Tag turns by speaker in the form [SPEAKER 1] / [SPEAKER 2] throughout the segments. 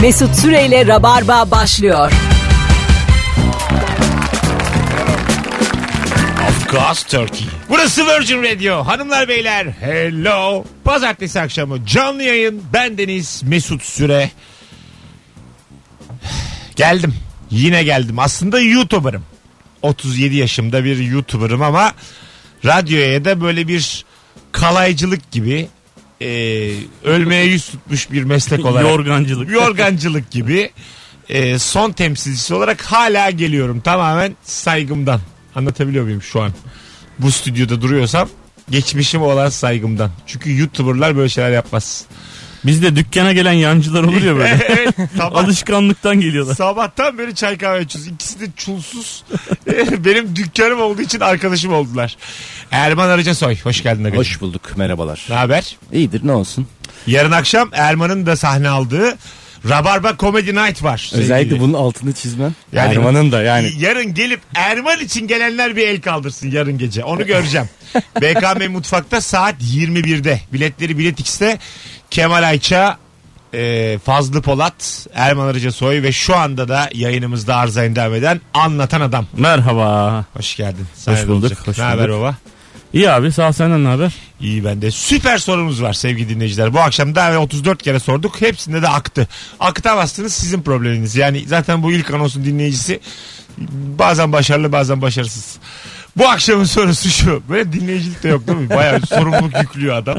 [SPEAKER 1] Mesut Süreyle Rabarba başlıyor.
[SPEAKER 2] Of course Turkey. Burası Virgin Radio. Hanımlar beyler hello. Pazartesi akşamı canlı yayın. Ben Deniz Mesut Süre. Geldim. Yine geldim. Aslında YouTuber'ım. 37 yaşımda bir YouTuber'ım ama radyoya da böyle bir kalaycılık gibi e, ölmeye yüz tutmuş bir meslek olarak.
[SPEAKER 3] Yorgancılık.
[SPEAKER 2] Yorgancılık gibi e, son temsilcisi olarak hala geliyorum. Tamamen saygımdan. Anlatabiliyor muyum şu an? Bu stüdyoda duruyorsam geçmişim olan saygımdan. Çünkü YouTuber'lar böyle şeyler yapmaz.
[SPEAKER 3] Bizde dükkana gelen yancılar olur ya böyle.
[SPEAKER 2] evet, sabah,
[SPEAKER 3] Alışkanlıktan geliyorlar.
[SPEAKER 2] sabahtan beri çay kahve içiyoruz. İkisi de çulsuz. E, Benim dükkanım olduğu için arkadaşım oldular. Erman Arıcasoy. Hoş geldin. Arıcı.
[SPEAKER 4] Hoş bulduk merhabalar.
[SPEAKER 2] Ne haber?
[SPEAKER 4] İyidir ne olsun.
[SPEAKER 2] Yarın akşam Erman'ın da sahne aldığı Rabarba Comedy Night var. Sevgili.
[SPEAKER 4] Özellikle bunun altını çizmen.
[SPEAKER 2] Yani-
[SPEAKER 4] Erman'ın da Şey yani.
[SPEAKER 2] Yarın gelip Erman için gelenler bir el kaldırsın yarın gece. Onu göreceğim. BKM Mutfak'ta saat 21'de. Biletleri Bilet X'te Kemal Ayça, e, Fazlı Polat, Erman Arıca Soy ve şu anda da yayınımızda arzayın devam eden Anlatan Adam.
[SPEAKER 3] Merhaba.
[SPEAKER 2] Hoş geldin. Sahnede
[SPEAKER 3] bulduk,
[SPEAKER 2] olacak.
[SPEAKER 3] hoş
[SPEAKER 2] ne haber
[SPEAKER 3] bulduk.
[SPEAKER 2] baba?
[SPEAKER 3] İyi abi sağ ol, senden ne haber?
[SPEAKER 2] İyi bende. Süper sorumuz var sevgili dinleyiciler. Bu akşam daha evvel 34 kere sorduk. Hepsinde de aktı. Aktamazsınız sizin probleminiz. Yani zaten bu ilk anonsun dinleyicisi bazen başarılı bazen başarısız. Bu akşamın sorusu şu. Böyle dinleyicilik de yok değil mi? Bayağı sorumluluk yüklüyor adam.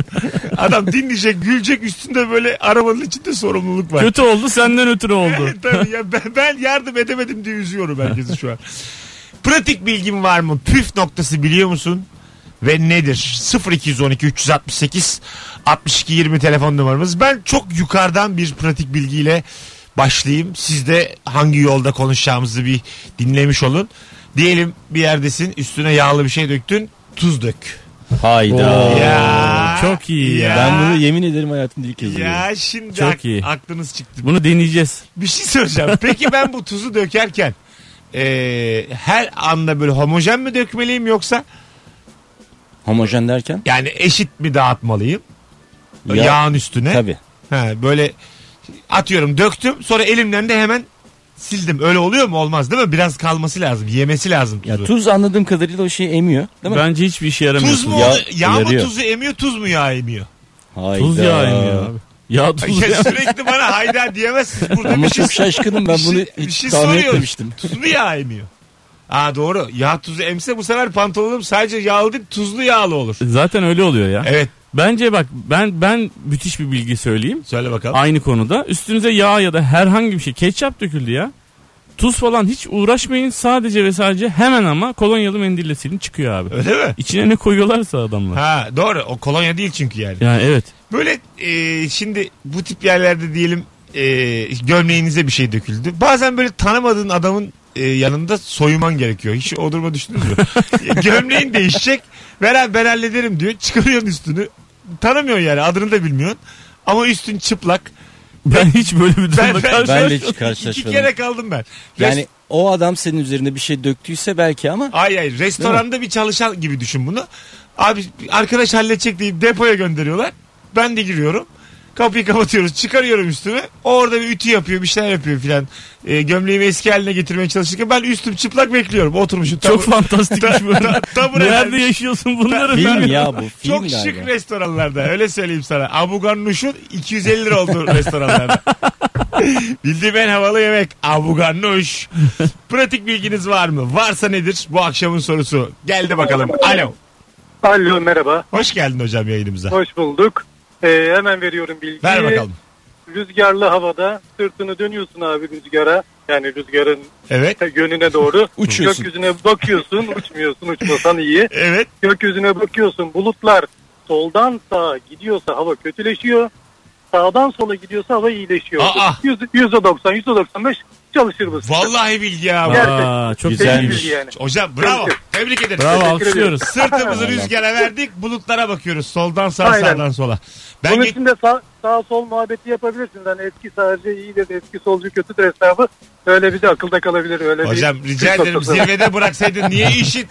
[SPEAKER 2] Adam dinleyecek, gülecek üstünde böyle arabanın içinde sorumluluk var.
[SPEAKER 3] Kötü oldu senden ötürü oldu.
[SPEAKER 2] Tabii ya ben, ben yardım edemedim diye üzüyorum herkesi şu an. Pratik bilgim var mı? Püf noktası biliyor musun? Ve nedir? 0212 368 62 20 telefon numaramız. Ben çok yukarıdan bir pratik bilgiyle başlayayım. Siz de hangi yolda konuşacağımızı bir dinlemiş olun. Diyelim bir yerdesin üstüne yağlı bir şey döktün tuz dök.
[SPEAKER 4] Hayda.
[SPEAKER 2] Ya.
[SPEAKER 3] Çok iyi ya.
[SPEAKER 4] Ben bunu yemin ederim hayatımda ilk kez duyuyorum.
[SPEAKER 2] Ya şimdi
[SPEAKER 3] Çok
[SPEAKER 2] ak-
[SPEAKER 3] iyi.
[SPEAKER 2] aklınız çıktı.
[SPEAKER 3] Bunu deneyeceğiz.
[SPEAKER 2] Bir şey soracağım. Peki ben bu tuzu dökerken e, her anda böyle homojen mi dökmeliyim yoksa
[SPEAKER 4] Homojen derken?
[SPEAKER 2] yani eşit mi dağıtmalıyım
[SPEAKER 4] Ya,
[SPEAKER 2] yağın üstüne?
[SPEAKER 4] Tabii.
[SPEAKER 2] Ha, böyle atıyorum döktüm sonra elimden de hemen sildim. Öyle oluyor mu? Olmaz değil mi? Biraz kalması lazım. Yemesi lazım tuzu.
[SPEAKER 4] Ya tuz anladığım kadarıyla o
[SPEAKER 2] şey
[SPEAKER 4] şeyi emiyor değil mi?
[SPEAKER 3] Bence hiçbir işe
[SPEAKER 2] Tuz
[SPEAKER 3] yaramıyorsun.
[SPEAKER 2] mu?
[SPEAKER 4] Ya-
[SPEAKER 2] oluyor? yağ mı
[SPEAKER 4] yarıyor.
[SPEAKER 2] tuzu emiyor tuz mu yağ emiyor?
[SPEAKER 4] Hayda.
[SPEAKER 3] Tuz yağı emiyor abi. Ya tuz
[SPEAKER 2] Ya
[SPEAKER 3] yağı.
[SPEAKER 2] sürekli bana hayda diyemezsiniz. Burada
[SPEAKER 4] Ama
[SPEAKER 2] bir şey,
[SPEAKER 4] çok şaşkınım ben
[SPEAKER 2] bir
[SPEAKER 4] bunu
[SPEAKER 2] şey- bir
[SPEAKER 4] hiç
[SPEAKER 2] şey
[SPEAKER 4] tahmin
[SPEAKER 2] soruyorum.
[SPEAKER 4] etmemiştim.
[SPEAKER 2] tuz mu yağ emiyor? Aa doğru. Yağ tuzu emse bu sefer pantolonum sadece yağlı değil tuzlu yağlı olur.
[SPEAKER 3] Zaten öyle oluyor ya.
[SPEAKER 2] Evet
[SPEAKER 3] Bence bak ben ben müthiş bir bilgi söyleyeyim.
[SPEAKER 2] söyle bakalım.
[SPEAKER 3] Aynı konuda üstünüze yağ ya da herhangi bir şey ketçap döküldü ya. Tuz falan hiç uğraşmayın sadece ve sadece hemen ama kolonyalı mendille silin çıkıyor abi.
[SPEAKER 2] Öyle mi?
[SPEAKER 3] İçine ne koyuyorlarsa adamlar.
[SPEAKER 2] Ha doğru o kolonya değil çünkü yani.
[SPEAKER 3] Yani evet.
[SPEAKER 2] Böyle e, şimdi bu tip yerlerde diyelim e, gömleğinize bir şey döküldü. Bazen böyle tanımadığın adamın e, yanında soyunman gerekiyor. Hiç o duruma düştünüz mü? E, Gömleğin değişecek. Ver abi ben hallederim diyor. Çıkarıyorsun üstünü. Tanımıyorsun yani adını da bilmiyorsun. Ama üstün çıplak.
[SPEAKER 3] Ben hiç böyle bir durumda
[SPEAKER 2] Ben, ben,
[SPEAKER 3] karşılaşmadım.
[SPEAKER 4] de hiç
[SPEAKER 2] İki
[SPEAKER 4] karşılaşmadım.
[SPEAKER 2] kere kaldım ben. Yani...
[SPEAKER 4] Yani o adam senin üzerine bir şey döktüyse belki ama
[SPEAKER 2] Ay ay restoranda bir çalışan gibi düşün bunu. Abi arkadaş halledecek deyip depoya gönderiyorlar. Ben de giriyorum. Kapıyı kapatıyoruz. Çıkarıyorum üstümü. O orada bir ütü yapıyor. Bir şeyler yapıyor filan. E, gömleğimi eski haline getirmeye çalışırken ben üstüm çıplak bekliyorum. Oturmuşum.
[SPEAKER 3] Çok
[SPEAKER 2] Tabu-
[SPEAKER 3] fantastikmiş
[SPEAKER 2] ta-
[SPEAKER 3] böyle.
[SPEAKER 2] ta- tabureden-
[SPEAKER 3] Nerede yaşıyorsun bunları?
[SPEAKER 4] film
[SPEAKER 3] bilmiyorum.
[SPEAKER 4] ya bu film
[SPEAKER 2] Çok şık
[SPEAKER 4] galiba.
[SPEAKER 2] restoranlarda. Öyle söyleyeyim sana. Abugarnuş'un 250 lira olduğu restoranlarda. Bildiğim en havalı yemek abugarnuş. Pratik bilginiz var mı? Varsa nedir? Bu akşamın sorusu. Geldi bakalım. Alo.
[SPEAKER 5] Alo merhaba.
[SPEAKER 2] Hoş geldin hocam yayınımıza.
[SPEAKER 5] Hoş bulduk. Ee, hemen veriyorum bilgiyi.
[SPEAKER 2] Ver bakalım.
[SPEAKER 5] Rüzgarlı havada sırtını dönüyorsun abi rüzgara. Yani rüzgarın
[SPEAKER 2] Evet.
[SPEAKER 5] yönüne doğru.
[SPEAKER 4] Uçuyorsun.
[SPEAKER 5] Gökyüzüne bakıyorsun. uçmuyorsun uçmasan iyi.
[SPEAKER 2] Evet.
[SPEAKER 5] Gökyüzüne bakıyorsun. Bulutlar soldan sağa gidiyorsa hava kötüleşiyor. Sağdan sola gidiyorsa hava iyileşiyor.
[SPEAKER 2] Aa!
[SPEAKER 5] Yüz- %90, %95 çalışır bu. sistem.
[SPEAKER 2] Vallahi bilgi ya. bu.
[SPEAKER 5] Gerçekten.
[SPEAKER 3] Aa, çok
[SPEAKER 4] Güzelmiş.
[SPEAKER 3] güzelmiş.
[SPEAKER 5] Bilgi yani.
[SPEAKER 2] Hocam bravo. Tebrik ederiz.
[SPEAKER 3] Bravo
[SPEAKER 5] Teşekkür
[SPEAKER 3] alkışlıyoruz.
[SPEAKER 2] Sırtımızı rüzgara verdik. Bulutlara bakıyoruz. Soldan sağa
[SPEAKER 5] Aynen.
[SPEAKER 2] sağdan sola. Ben
[SPEAKER 5] Bunun
[SPEAKER 2] ge-
[SPEAKER 5] için de sa- sağ sol muhabbeti yapabilirsiniz. Hani eski sağcı iyidir, eski solcu kötüdür hesabı. Öyle bize akılda kalabilir. Öyle bir-
[SPEAKER 2] Hocam rica
[SPEAKER 5] bir
[SPEAKER 2] ederim
[SPEAKER 5] noktası.
[SPEAKER 2] zirvede bıraksaydın niye işin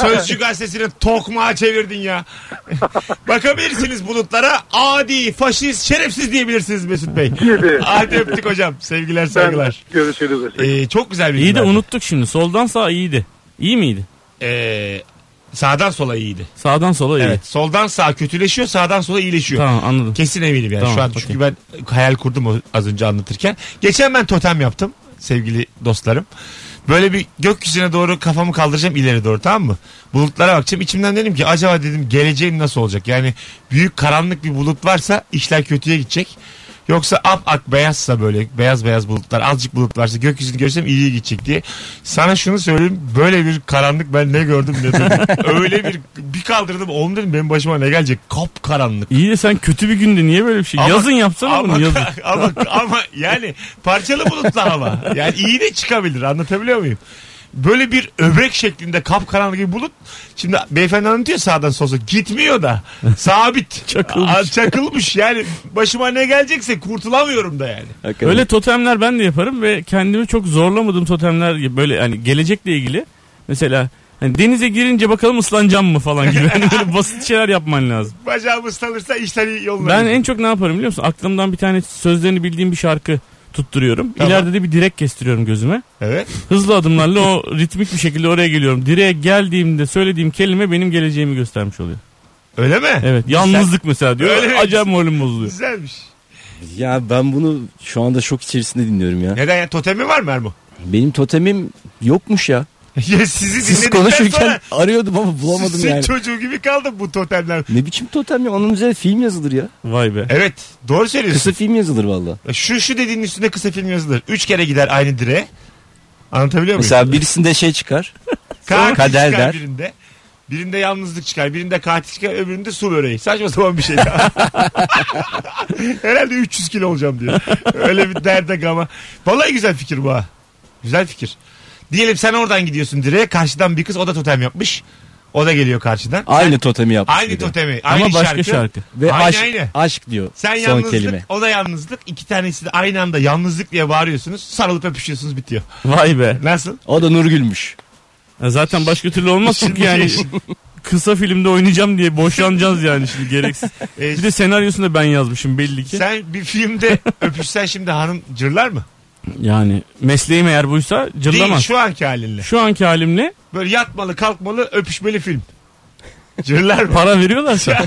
[SPEAKER 2] Sözcü gazetesini tokmağa çevirdin ya. Bakabilirsiniz bulutlara adi, faşist, şerefsiz diyebilirsiniz Mesut Bey.
[SPEAKER 5] Gibi.
[SPEAKER 2] Hadi öptük hocam. Sevgiler
[SPEAKER 5] Ben,
[SPEAKER 2] saygılar.
[SPEAKER 5] görüşürüz. efendim.
[SPEAKER 2] Ee, çok güzel bir
[SPEAKER 3] İyi de unuttuk şimdi. Soldan sağa iyiydi. İyi miydi?
[SPEAKER 2] Ee, sağdan sola iyiydi.
[SPEAKER 3] Sağdan sola iyi.
[SPEAKER 2] Evet. Soldan sağ kötüleşiyor, sağdan sola iyileşiyor.
[SPEAKER 3] Tamam anladım.
[SPEAKER 2] Kesin eminim yani
[SPEAKER 3] Tamam,
[SPEAKER 2] şu an çünkü ben hayal kurdum o- az önce anlatırken. Geçen ben totem yaptım sevgili dostlarım. Böyle bir gökyüzüne doğru kafamı kaldıracağım ileri doğru tamam mı? Bulutlara bakacağım. İçimden dedim ki acaba dedim geleceğim nasıl olacak? Yani büyük karanlık bir bulut varsa işler kötüye gidecek. Yoksa ap ak beyazsa böyle beyaz beyaz bulutlar azıcık bulut varsa gökyüzünü görsem iyiye gidecek diye. Sana şunu söyleyeyim böyle bir karanlık ben ne gördüm ne duydum. Öyle bir bir kaldırdım oğlum dedim benim başıma ne gelecek kap karanlık.
[SPEAKER 3] İyi de sen kötü bir günde niye böyle bir şey?
[SPEAKER 2] Ama-
[SPEAKER 3] yazın yapsana
[SPEAKER 2] ama,
[SPEAKER 3] bunu yazın.
[SPEAKER 2] ama, ama yani parçalı bulutlar ama. Yani iyi de çıkabilir anlatabiliyor muyum? Böyle bir öbrek şeklinde kapkaranlık bir bulut. Şimdi beyefendi anlatıyor sağdan sola. Gitmiyor da. Sabit.
[SPEAKER 3] Çakılmış.
[SPEAKER 2] Aa, çakılmış yani. Başıma ne gelecekse kurtulamıyorum da yani.
[SPEAKER 4] Hakikaten.
[SPEAKER 3] Öyle totemler ben de yaparım ve kendimi çok zorlamadığım totemler gibi böyle hani gelecekle ilgili mesela hani denize girince bakalım ıslanacağım mı falan gibi hani böyle basit şeyler yapman lazım.
[SPEAKER 2] Bacağım ıslanırsa işler iyi yoluna
[SPEAKER 3] Ben
[SPEAKER 2] gidiyor.
[SPEAKER 3] en çok ne yaparım biliyor musun? Aklımdan bir tane sözlerini bildiğim bir şarkı tutturuyorum.
[SPEAKER 2] Tamam.
[SPEAKER 3] İleride de bir direk kestiriyorum gözüme.
[SPEAKER 2] Evet.
[SPEAKER 3] Hızlı adımlarla o ritmik bir şekilde oraya geliyorum. Direğe geldiğimde söylediğim kelime benim geleceğimi göstermiş oluyor.
[SPEAKER 2] Öyle mi?
[SPEAKER 3] Evet. Yalnızlık mesela diyor.
[SPEAKER 2] Öyle mi?
[SPEAKER 3] Acayip moralim bozuluyor.
[SPEAKER 2] Güzelmiş.
[SPEAKER 4] Ya ben bunu şu anda şok içerisinde dinliyorum ya.
[SPEAKER 2] Neden ya? Totemi var mı Ermo?
[SPEAKER 4] Benim totemim yokmuş ya.
[SPEAKER 2] Ya sizi
[SPEAKER 4] Siz
[SPEAKER 2] dinledikten
[SPEAKER 4] konuşurken
[SPEAKER 2] sonra
[SPEAKER 4] arıyordum ama bulamadım
[SPEAKER 2] sizin
[SPEAKER 4] yani.
[SPEAKER 2] çocuğu gibi kaldım bu totemler.
[SPEAKER 4] Ne biçim totem ya? Onun üzerine film yazılır ya.
[SPEAKER 3] Vay be.
[SPEAKER 2] Evet. Doğru söylüyorsun.
[SPEAKER 4] Kısa film yazılır valla.
[SPEAKER 2] E, Şu şu dediğin üstünde kısa film yazılır. Üç kere gider aynı direğe. Anlatabiliyor muyum?
[SPEAKER 4] Mesela birisinde şey çıkar.
[SPEAKER 2] katil
[SPEAKER 4] kader
[SPEAKER 2] çıkar
[SPEAKER 4] der.
[SPEAKER 2] birinde. Birinde yalnızlık çıkar, birinde katil çıkar, öbüründe su böreği. Saçma sapan bir şey. Herhalde 300 kilo olacağım diyor. Öyle bir derde ama. Vallahi güzel fikir bu ha. Güzel fikir. Diyelim sen oradan gidiyorsun direğe. Karşıdan bir kız o da totem yapmış. O da geliyor karşıdan.
[SPEAKER 4] Aynı totemi yapmış.
[SPEAKER 2] Aynı
[SPEAKER 4] bir de.
[SPEAKER 2] totemi.
[SPEAKER 3] Ama
[SPEAKER 2] Aynı
[SPEAKER 3] başka şarkı.
[SPEAKER 4] Ve
[SPEAKER 2] Aynı,
[SPEAKER 4] aşk,
[SPEAKER 2] aynı.
[SPEAKER 4] aşk diyor
[SPEAKER 2] Sen
[SPEAKER 4] son
[SPEAKER 2] yalnızlık,
[SPEAKER 4] kelime.
[SPEAKER 2] o da yalnızlık. İki tanesi de aynı anda yalnızlık diye bağırıyorsunuz. Sarılıp öpüşüyorsunuz bitiyor.
[SPEAKER 3] Vay be.
[SPEAKER 2] Nasıl?
[SPEAKER 4] O da Nurgül'müş.
[SPEAKER 3] Ya Zaten başka türlü olmaz çünkü yani
[SPEAKER 2] şey,
[SPEAKER 3] kısa filmde oynayacağım diye boşanacağız yani şimdi gereksiz.
[SPEAKER 2] Ee,
[SPEAKER 3] Bir de senaryosunu da ben yazmışım belli ki.
[SPEAKER 2] sen bir filmde öpüşsen şimdi hanım cırlar mı?
[SPEAKER 3] Yani mesleğim eğer buysa
[SPEAKER 2] Değil
[SPEAKER 3] cırlamaz. Şu...
[SPEAKER 2] şu anki halinle.
[SPEAKER 3] anki halimle
[SPEAKER 2] Böyle yatmalı kalkmalı öpüşmeli film. Cırlar mı?
[SPEAKER 3] para veriyorlarsa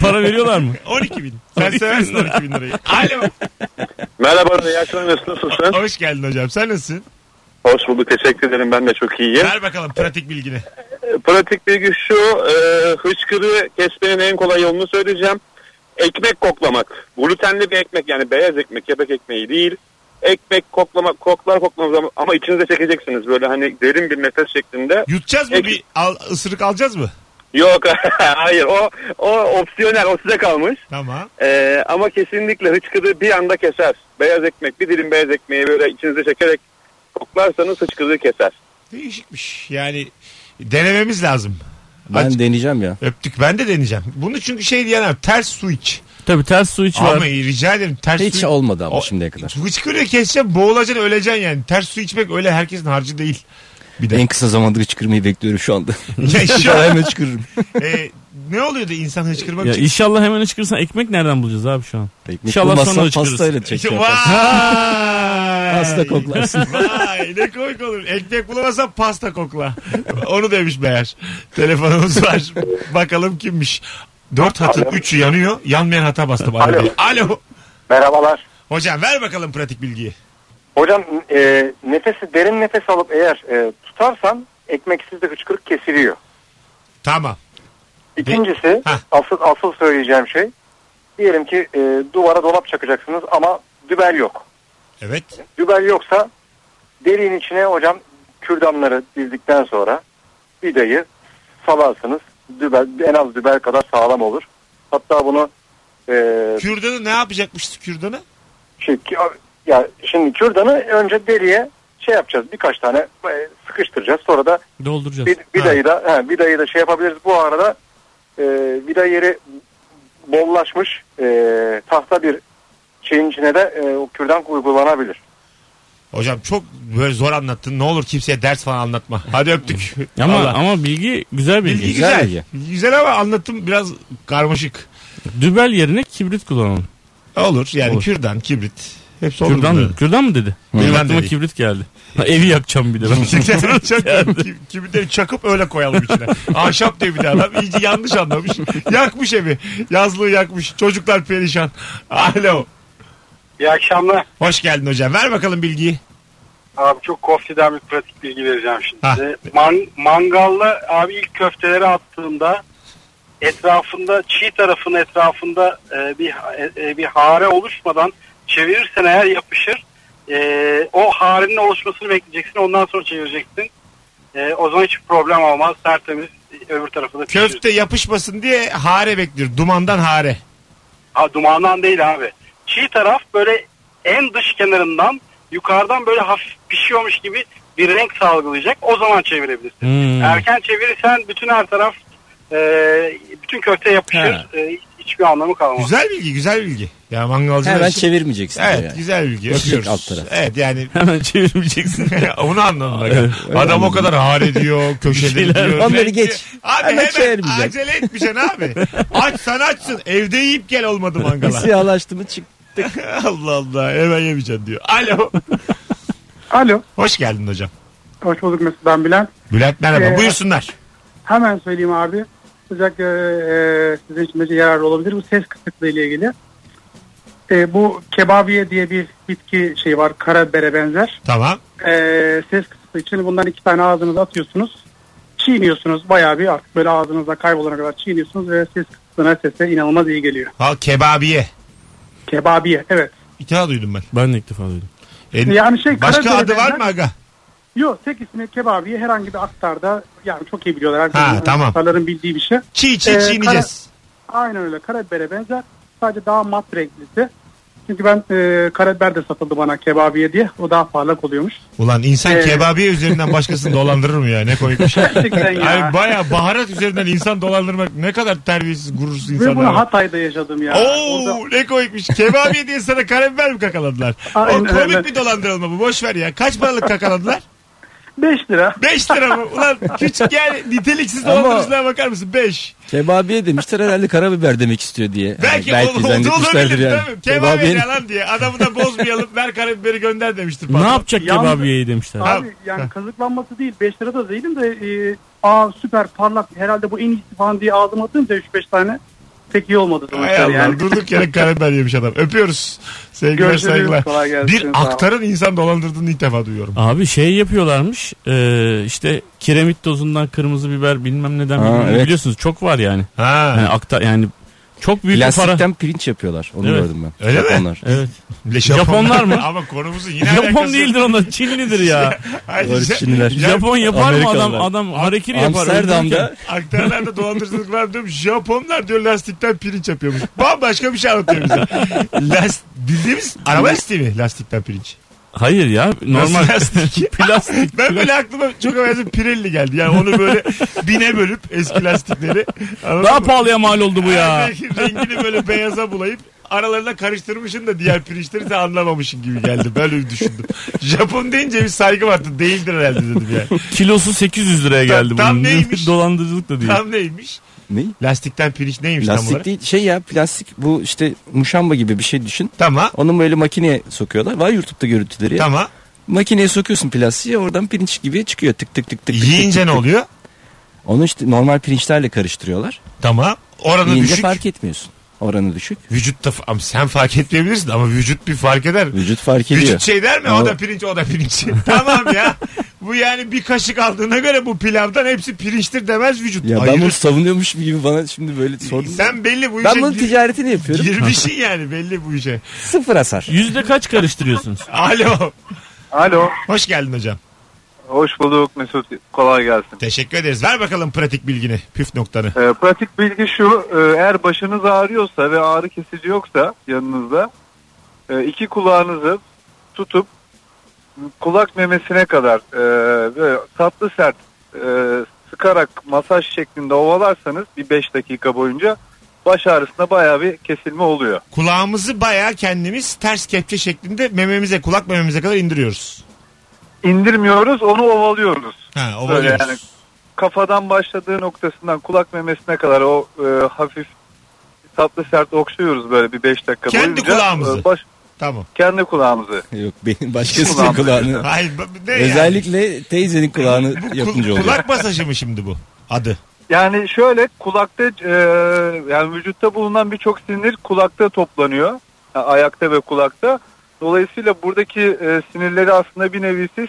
[SPEAKER 3] para veriyorlar mı?
[SPEAKER 2] 12 bin. Sen seversin 12 bin lirayı. Alo.
[SPEAKER 6] Merhaba, iyi akşamlar. Nasılsın?
[SPEAKER 2] Hoş geldin hocam. Sen nasılsın?
[SPEAKER 6] Hoş bulduk, teşekkür ederim. Ben de çok iyiyim.
[SPEAKER 2] Ver bakalım pratik bilgini.
[SPEAKER 6] Pratik bilgi şu, e, hıçkırığı kesmenin en kolay yolunu söyleyeceğim. Ekmek koklamak. Glutenli bir ekmek yani beyaz ekmek, kepek ekmeği değil. Ekmek koklamak, koklar koklamaz ama- ama içinize çekeceksiniz böyle hani derin bir nefes şeklinde.
[SPEAKER 2] Yutacağız mı?
[SPEAKER 6] Peki.
[SPEAKER 2] Bir al, ısırık alacağız mı?
[SPEAKER 6] Yok, hayır o o opsiyonel, o size kalmış.
[SPEAKER 2] Tamam.
[SPEAKER 6] E, ama kesinlikle hıçkırığı bir anda keser. Beyaz ekmek, bir dilim beyaz ekmeği böyle içinize çekerek koklarsanız hıçkırığı keser.
[SPEAKER 2] Değişikmiş. Yani denememiz lazım.
[SPEAKER 4] Ben
[SPEAKER 2] Aç-
[SPEAKER 4] deneyeceğim ya.
[SPEAKER 2] Öptük. Ben de deneyeceğim. Bunu çünkü şey diyemem. Ters su iç.
[SPEAKER 3] Tabii ters su iç var.
[SPEAKER 2] Ama rica ederim ters
[SPEAKER 4] Hiç
[SPEAKER 2] su...
[SPEAKER 4] olmadı ama
[SPEAKER 2] O-
[SPEAKER 4] şimdiye kadar.
[SPEAKER 2] Hıçkırığı keseceğim boğulacaksın öleceksin yani. Ters su içmek öyle herkesin harcı değil. Bir de.
[SPEAKER 4] En kısa zamanda hıçkırmayı bekliyorum şu anda.
[SPEAKER 2] Ya şu an,
[SPEAKER 4] Hemen hıçkırırım.
[SPEAKER 2] e, ne oluyordu insan hıçkırmak
[SPEAKER 3] Ya
[SPEAKER 2] için?
[SPEAKER 3] inşallah hemen hıçkırırsan ekmek nereden bulacağız abi şu an?
[SPEAKER 4] Ekmek
[SPEAKER 3] İnşallah sonra
[SPEAKER 4] bulmazsan
[SPEAKER 3] hıçkırırız.
[SPEAKER 4] pastayla çek.
[SPEAKER 2] Vay!
[SPEAKER 4] şey Pasta koklarsın.
[SPEAKER 2] Vay ne komik olur. Ekmek bulamazsan pasta kokla. Onu demiş meğer. Telefonumuz var. Bakalım kimmiş. Dört hatın üçü yanıyor. Yanmayan hata bastım. Alo. Alo.
[SPEAKER 7] Merhabalar.
[SPEAKER 2] Hocam ver bakalım pratik bilgiyi.
[SPEAKER 7] Hocam e, nefesi derin nefes alıp eğer e, tutarsan ekmeksiz de hıçkırık kesiliyor.
[SPEAKER 2] Tamam.
[SPEAKER 7] İkincisi
[SPEAKER 2] Heh.
[SPEAKER 7] asıl asıl söyleyeceğim şey diyelim ki e, duvara dolap çakacaksınız ama dübel yok.
[SPEAKER 2] Evet.
[SPEAKER 7] Dübel yoksa deliğin içine hocam kürdanları dizdikten sonra vidayı salarsınız. Dübel en az dübel kadar sağlam olur. Hatta bunu e,
[SPEAKER 2] Kürdanı ne yapacakmış kürdanı?
[SPEAKER 7] Şey, ki- ya şimdi kürdanı önce deliye şey yapacağız. Birkaç tane e, sıkıştıracağız. Sonra da
[SPEAKER 3] Dolduracağız.
[SPEAKER 7] vid- vidayı da he, vidayı da şey yapabiliriz. Bu arada e, vida yeri bollaşmış e, tahta bir şeyin içine de e, o kürdan uygulanabilir.
[SPEAKER 2] Hocam çok böyle zor anlattın. Ne olur kimseye ders falan anlatma. Hadi öptük.
[SPEAKER 3] Ama
[SPEAKER 2] Allah.
[SPEAKER 3] ama bilgi güzel şey. bilgi.
[SPEAKER 2] Bilgi
[SPEAKER 4] güzel
[SPEAKER 2] güzel.
[SPEAKER 4] bilgi.
[SPEAKER 2] Güzel ama anlatım biraz karmaşık.
[SPEAKER 3] Dübel yerine kibrit kullanalım.
[SPEAKER 2] Olur yani
[SPEAKER 3] Olur.
[SPEAKER 2] kürdan, kibrit. Hepsi olur.
[SPEAKER 3] Kürdan
[SPEAKER 2] bunların.
[SPEAKER 3] mı? Kürdan mı dedi? Benim
[SPEAKER 2] Kürdan
[SPEAKER 3] aklıma
[SPEAKER 2] dedi.
[SPEAKER 3] kibrit geldi. Ha, evi yakacağım bir de ben.
[SPEAKER 2] Gerçekten çok Kim- Kibritleri çakıp öyle koyalım içine. Ahşap diye bir de adam. İyice yanlış anlamış. Yakmış evi. Yazlığı yakmış. Çocuklar perişan. Alo.
[SPEAKER 5] İyi akşamlar.
[SPEAKER 2] Hoş geldin hocam. Ver bakalım bilgiyi.
[SPEAKER 5] Abi çok koftiden bir pratik bilgi vereceğim şimdi
[SPEAKER 2] Ha.
[SPEAKER 5] size. Man- mangalla abi ilk köfteleri attığımda etrafında çiğ tarafın etrafında e, bir e, e, bir hare oluşmadan çevirirsen eğer yapışır. E, o harenin oluşmasını bekleyeceksin. Ondan sonra çevireceksin. E, o zaman hiç problem olmaz. Tertemiz öbür tarafı da pişirir.
[SPEAKER 2] Köfte yapışmasın diye hare bekliyor. Dumandan hare.
[SPEAKER 5] Ha, dumandan değil abi. Çiğ taraf böyle en dış kenarından yukarıdan böyle hafif pişiyormuş gibi bir renk salgılayacak. O zaman çevirebilirsin.
[SPEAKER 3] Hmm.
[SPEAKER 5] Erken çevirirsen bütün her taraf e, bütün köfte
[SPEAKER 3] Ha.
[SPEAKER 5] yapışır. E, hiçbir anlamı kalmaz.
[SPEAKER 2] Güzel bilgi güzel bilgi. Ya mangalcılar
[SPEAKER 4] Hemen
[SPEAKER 2] için-
[SPEAKER 4] çevirmeyeceksin.
[SPEAKER 2] Evet
[SPEAKER 4] yani.
[SPEAKER 2] güzel bilgi.
[SPEAKER 4] Bakacak
[SPEAKER 2] Öpüyoruz.
[SPEAKER 4] alt taraf.
[SPEAKER 2] Evet yani
[SPEAKER 3] Hemen çevirmeyeceksin.
[SPEAKER 2] onu anladım. bak.
[SPEAKER 3] Evet,
[SPEAKER 2] Adam o kadar hare diyor, köşede diyor.
[SPEAKER 4] Onları
[SPEAKER 2] Renk diyor.
[SPEAKER 4] geç.
[SPEAKER 2] Abi
[SPEAKER 4] Hemen
[SPEAKER 2] hemen,
[SPEAKER 4] çevirmeyecek.
[SPEAKER 2] acele etmeyeceksin abi. Açsan açsın. Evde yiyip gel olmadı mangala.
[SPEAKER 4] Siyahlaştı mı çık.
[SPEAKER 2] Allah Allah hemen yemeyeceksin diyor. Alo.
[SPEAKER 8] Alo.
[SPEAKER 2] Hoş geldin hocam.
[SPEAKER 8] Hoş bulduk Mesut. Ben Bülent.
[SPEAKER 2] Bülent merhaba.
[SPEAKER 8] Ee,
[SPEAKER 2] Buyursunlar.
[SPEAKER 8] Hemen söyleyeyim abi. Özellikle e, sizin için bence yararlı olabilir. Bu ses kısıklığı ile ilgili. E, bu kebabiye diye bir bitki şeyi var. Karabere benzer.
[SPEAKER 2] Tamam.
[SPEAKER 8] E, ses kısıklığı için bundan iki tane ağzınıza atıyorsunuz. Çiğniyorsunuz bayağı bir artık böyle ağzınızda kaybolana kadar çiğniyorsunuz ve ses kısıklığına sese inanılmaz iyi geliyor.
[SPEAKER 2] Ha kebabiye.
[SPEAKER 8] Kebabiye evet.
[SPEAKER 2] Bir tane duydum ben.
[SPEAKER 3] ben de ilk defa duydum.
[SPEAKER 2] E,
[SPEAKER 8] Yani şey
[SPEAKER 2] başka
[SPEAKER 8] Karadeniz
[SPEAKER 2] adı var
[SPEAKER 8] benzer-
[SPEAKER 2] mı aga?
[SPEAKER 8] Yok tek ismi kebabiye herhangi bir aktarda yani çok iyi biliyorlar. Herkesin,
[SPEAKER 2] Ha, tamam.
[SPEAKER 8] aktarların bildiği bir şey.
[SPEAKER 2] Çiğ çiğ
[SPEAKER 8] Ee,
[SPEAKER 2] çiğneyeceğiz.
[SPEAKER 8] Aynen öyle. Karabibere benzer. Sadece daha mat renklisi. Çünkü ben e, karabiber de satıldı bana kebabiye diye. O daha parlak oluyormuş.
[SPEAKER 2] Ulan insan
[SPEAKER 8] Ee,
[SPEAKER 2] kebabiye üzerinden başkasını dolandırır mı ya? Ne komik bir şey.
[SPEAKER 8] Gerçekten ya.
[SPEAKER 2] Yani baya baharat üzerinden insan dolandırmak ne kadar terbiyesiz, gurursuz
[SPEAKER 8] Ve
[SPEAKER 2] insanlar.
[SPEAKER 8] bunu
[SPEAKER 2] var.
[SPEAKER 8] Hatay'da yaşadım ya. Orada-
[SPEAKER 2] Oo ne koymuş. Kebabiye diye sana karabiber mi kakaladılar? o
[SPEAKER 8] Aynen
[SPEAKER 2] komik
[SPEAKER 8] öyle.
[SPEAKER 2] bir dolandırılma bu. Boş ver ya. Kaç paralık kakaladılar?
[SPEAKER 8] 5 lira.
[SPEAKER 2] 5 lira mı? Ulan küçük yani niteliksiz
[SPEAKER 4] Ama-
[SPEAKER 2] dolandırıcılığa bakar mısın? 5.
[SPEAKER 4] Kebabiye demişler herhalde karabiber demek istiyor diye.
[SPEAKER 2] Belki,
[SPEAKER 4] Yani
[SPEAKER 2] o- o, da olabilir değil mi? Kebabiye
[SPEAKER 4] Kebabiye'nin-
[SPEAKER 2] yalan diye. Adamı da bozmayalım. Ver karabiberi gönder demiştir.
[SPEAKER 3] Ne
[SPEAKER 2] patron.
[SPEAKER 3] yapacak
[SPEAKER 8] Yalnız-
[SPEAKER 3] kebabiyeyi demişler.
[SPEAKER 8] Abi yani kazıklanması değil 5 lira da değilim de e, aa süper parlak herhalde bu en iyisi falan diye ağzıma atınca 3-5 tane pek iyi olmadı
[SPEAKER 2] Hay
[SPEAKER 8] sonuçlar
[SPEAKER 2] Allah
[SPEAKER 8] yani.
[SPEAKER 2] durduk yere karabiber yemiş adam. Öpüyoruz. Sevgiler
[SPEAKER 8] Görüşürüz,
[SPEAKER 2] saygılar.
[SPEAKER 8] kolay gelsin,
[SPEAKER 2] Bir
[SPEAKER 8] sağ ol.
[SPEAKER 2] aktarın insan dolandırdığını ilk defa duyuyorum.
[SPEAKER 3] Abi şey yapıyorlarmış e, işte kiremit tozundan kırmızı biber bilmem neden
[SPEAKER 4] Ha,
[SPEAKER 3] bilmem ne.
[SPEAKER 4] evet.
[SPEAKER 3] biliyorsunuz çok var yani.
[SPEAKER 2] Ha.
[SPEAKER 3] Yani, akta, yani çok büyük bir para.
[SPEAKER 4] Plastikten pirinç yapıyorlar. Onu
[SPEAKER 3] Evet.
[SPEAKER 4] gördüm ben.
[SPEAKER 2] Öyle mi?
[SPEAKER 4] Japonlar.
[SPEAKER 3] Evet.
[SPEAKER 2] Le-
[SPEAKER 3] Japonlar mı?
[SPEAKER 2] Ama konumuzun yine
[SPEAKER 3] Japon
[SPEAKER 2] alakası-
[SPEAKER 3] değildir onlar Çinlidir ya.
[SPEAKER 2] Hayır,
[SPEAKER 4] Doğru,
[SPEAKER 2] Ja-
[SPEAKER 4] Çinliler.
[SPEAKER 2] Ja-
[SPEAKER 3] Japon yapar mı adam
[SPEAKER 4] Amerikalılar.
[SPEAKER 3] adam harekir yapar.
[SPEAKER 4] Amsterdam'da
[SPEAKER 2] Aktarlarda dolandırıcılık var diyorum. Japonlar diyor lastikten pirinç yapıyormuş. Bambaşka bir şey anlatıyor bize. Last, bildiğimiz araba lastiği mi lastikten pirinç?
[SPEAKER 3] Hayır ya normal
[SPEAKER 2] Nasıl lastik?
[SPEAKER 3] plastik.
[SPEAKER 2] Ben böyle aklıma çok evvelce Pirelli geldi. Yani onu böyle bine bölüp eski lastikleri. anladın
[SPEAKER 3] Daha
[SPEAKER 2] mı?
[SPEAKER 3] pahalıya mal oldu bu ya.
[SPEAKER 2] Yani Rengini böyle beyaza bulayıp aralarına karıştırmışsın da diğer pirinçleri de anlamamışsın gibi geldi. Böyle bir düşündüm. Japon deyince bir saygı vardı. Değildir herhalde dedim yani.
[SPEAKER 3] Kilosu 800 liraya
[SPEAKER 2] Tam-
[SPEAKER 3] geldi
[SPEAKER 2] tam
[SPEAKER 3] bunun.
[SPEAKER 2] neymiş?
[SPEAKER 3] Dolandırıcılık da değil.
[SPEAKER 2] Tam neymiş?
[SPEAKER 4] ne?
[SPEAKER 2] Lastikten pirinç neymiş tam
[SPEAKER 4] Plastik
[SPEAKER 2] olarak?
[SPEAKER 4] değil şey ya plastik bu işte muşamba gibi bir şey düşün.
[SPEAKER 2] Tamam.
[SPEAKER 4] Onun böyle makineye sokuyorlar. Var YouTube'da görüntüleri. ya.
[SPEAKER 2] Tamam.
[SPEAKER 4] Makineye sokuyorsun plastiği oradan pirinç gibi çıkıyor tık tık tık tık. tık, tık,
[SPEAKER 2] Yiyince
[SPEAKER 4] tık,
[SPEAKER 2] ne
[SPEAKER 4] tık.
[SPEAKER 2] oluyor?
[SPEAKER 4] Onu işte normal pirinçlerle karıştırıyorlar.
[SPEAKER 2] Tamam. Oranı
[SPEAKER 4] Yiyince
[SPEAKER 2] düşük.
[SPEAKER 4] fark etmiyorsun. Oranı düşük.
[SPEAKER 2] Vücut da ama sen fark etmeyebilirsin ama vücut bir fark eder.
[SPEAKER 4] Vücut fark ediyor.
[SPEAKER 2] Vücut şey der mi? O
[SPEAKER 4] Ama-
[SPEAKER 2] da pirinç, o da pirinç. tamam ya. Bu yani bir kaşık aldığına göre bu pilavdan hepsi pirinçtir demez vücut.
[SPEAKER 4] Ya ben
[SPEAKER 2] Ayırır.
[SPEAKER 4] bunu savunuyormuş gibi bana şimdi böyle sordun.
[SPEAKER 2] Sen şey belli bu işe
[SPEAKER 4] ben bunun
[SPEAKER 2] gir-
[SPEAKER 4] ticaretini yapıyorum.
[SPEAKER 2] girmişsin şey yani belli bu işe.
[SPEAKER 4] Sıfır hasar.
[SPEAKER 3] Yüzde kaç karıştırıyorsunuz?
[SPEAKER 2] Alo.
[SPEAKER 5] Alo.
[SPEAKER 2] Hoş geldin hocam.
[SPEAKER 5] Hoş bulduk Mesut. Kolay gelsin.
[SPEAKER 2] Teşekkür ederiz. Ver bakalım pratik bilgini. Püf noktanı.
[SPEAKER 5] Ee, pratik bilgi şu e, eğer başınız ağrıyorsa ve ağrı kesici yoksa yanınızda e, iki kulağınızı tutup kulak memesine kadar e, böyle tatlı sert e, sıkarak masaj şeklinde ovalarsanız bir 5 dakika boyunca
[SPEAKER 9] baş ağrısında bayağı bir kesilme oluyor.
[SPEAKER 2] Kulağımızı bayağı kendimiz ters kepçe şeklinde mememize kulak mememize kadar indiriyoruz.
[SPEAKER 9] İndirmiyoruz onu ovalıyoruz.
[SPEAKER 2] Ha,
[SPEAKER 9] Böyle
[SPEAKER 2] ovalıyoruz.
[SPEAKER 9] yani kafadan başladığı noktasından kulak memesine kadar o e, hafif tatlı sert okşuyoruz böyle bir 5 dakika
[SPEAKER 2] Kendi
[SPEAKER 9] boyunca.
[SPEAKER 2] kulağımızı.
[SPEAKER 9] E, baş-
[SPEAKER 2] Tamam.
[SPEAKER 9] kendi kulağımızı.
[SPEAKER 4] Yok benim başkasının
[SPEAKER 9] Kulağım.
[SPEAKER 4] kulağını.
[SPEAKER 2] Hayır, bu- ne yani?
[SPEAKER 4] Özellikle teyzenin kulağını
[SPEAKER 2] Bu kul-
[SPEAKER 4] yapınca oluyor.
[SPEAKER 2] Kulak masajı mı şimdi bu? Adı.
[SPEAKER 9] Yani şöyle kulakta e, yani vücutta bulunan birçok sinir kulakta toplanıyor. Yani ayakta ve kulakta. Dolayısıyla buradaki e, sinirleri aslında bir nevi siz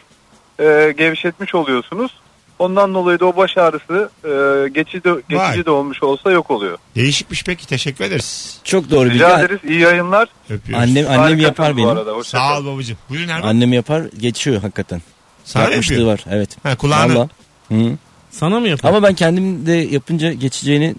[SPEAKER 9] e, gevşetmiş oluyorsunuz. Ondan dolayı da o baş ağrısı e, geçici, de, geçici de olmuş olsa yok oluyor.
[SPEAKER 2] Değişikmiş peki. Teşekkür ederiz.
[SPEAKER 4] Çok doğru bilgi.
[SPEAKER 9] Rica ederiz iyi yayınlar.
[SPEAKER 2] Öpüyoruz.
[SPEAKER 4] Annem annem
[SPEAKER 9] Harikasınız
[SPEAKER 4] yapar
[SPEAKER 9] bu
[SPEAKER 4] benim.
[SPEAKER 9] arada, hoşça
[SPEAKER 2] Sağ
[SPEAKER 9] kalın.
[SPEAKER 2] ol babacığım. Buyurun Erman.
[SPEAKER 4] Annem yapar geçiyor hakikaten.
[SPEAKER 2] Sana mı
[SPEAKER 4] Yapmışlığı
[SPEAKER 2] yapıyor?
[SPEAKER 4] var evet.
[SPEAKER 2] Ha, kulağını.
[SPEAKER 4] Valla. Hı.
[SPEAKER 3] Sana mı yapar?
[SPEAKER 4] Ama ben kendim de yapınca geçeceğini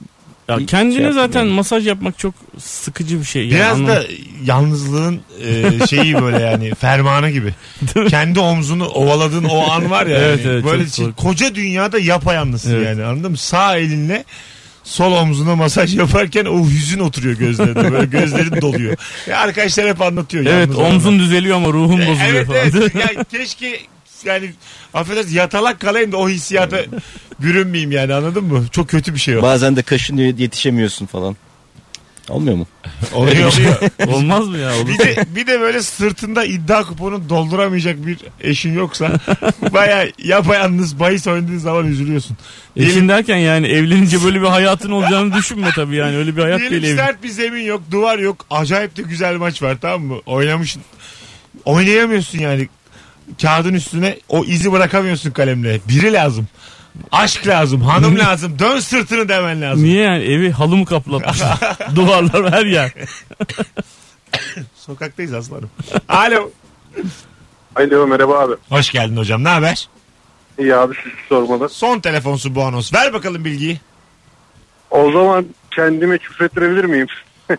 [SPEAKER 3] ya
[SPEAKER 4] bir
[SPEAKER 3] kendine
[SPEAKER 4] şey yaptım
[SPEAKER 3] zaten
[SPEAKER 4] yani.
[SPEAKER 3] masaj yapmak çok sıkıcı bir şey.
[SPEAKER 2] Biraz
[SPEAKER 3] yani,
[SPEAKER 2] da yalnızlığın e, şeyi böyle yani fermanı gibi. Kendi omzunu ovaladığın o an var ya.
[SPEAKER 3] Evet,
[SPEAKER 2] yani.
[SPEAKER 3] evet,
[SPEAKER 2] böyle
[SPEAKER 3] çok
[SPEAKER 2] şey-
[SPEAKER 3] doğru.
[SPEAKER 2] koca dünyada yapayalnızsın
[SPEAKER 3] Evet.
[SPEAKER 2] yani anladın mı? Sağ elinle sol omzuna masaj yaparken o hüzün oturuyor gözlerinde. Böyle gözlerin doluyor. Ya arkadaşlar hep anlatıyor.
[SPEAKER 3] Evet
[SPEAKER 2] yalnız
[SPEAKER 3] omzun
[SPEAKER 2] olanlar.
[SPEAKER 3] düzeliyor ama ruhun bozuluyor
[SPEAKER 2] E, Evet
[SPEAKER 3] falan.
[SPEAKER 2] evet. Ya keşke yani affedersin yatalak kalayım da o hissiyata bürünmeyeyim yani anladın mı? Çok kötü bir şey o.
[SPEAKER 4] bazen de kaşınıyor yetişemiyorsun falan. Olmuyor mu?
[SPEAKER 2] Oluyor oluyor.
[SPEAKER 3] Olmaz mı ya? Olur.
[SPEAKER 2] Bir de, bir de böyle sırtında iddia kuponu dolduramayacak bir eşin yoksa baya yapayalnız bahis oynadığın zaman üzülüyorsun.
[SPEAKER 3] Eşin derken yani evlenince böyle bir hayatın olacağını düşünme tabii yani öyle bir hayat değil
[SPEAKER 2] Diyelim
[SPEAKER 3] evlilik.
[SPEAKER 2] sert bir zemin yok, duvar yok. Acayip de güzel maç var tamam mı? Oynamışsın. Oynayamıyorsun yani. Kağıdın üstüne o izi bırakamıyorsun kalemle. Biri lazım. Aşk lazım, hanım lazım. Dön sırtını demen lazım.
[SPEAKER 3] Niye yani evi halı mı kaplatmış? Duvarlar her yer.
[SPEAKER 2] Sokaktayız aslanım. Alo.
[SPEAKER 6] Alo merhaba abi.
[SPEAKER 2] Hoş geldin hocam. Ne haber?
[SPEAKER 6] İyi abi siz sormalı.
[SPEAKER 2] Son telefonsu bu anons. Ver bakalım bilgiyi.
[SPEAKER 6] O zaman kendime küfrettirebilir miyim?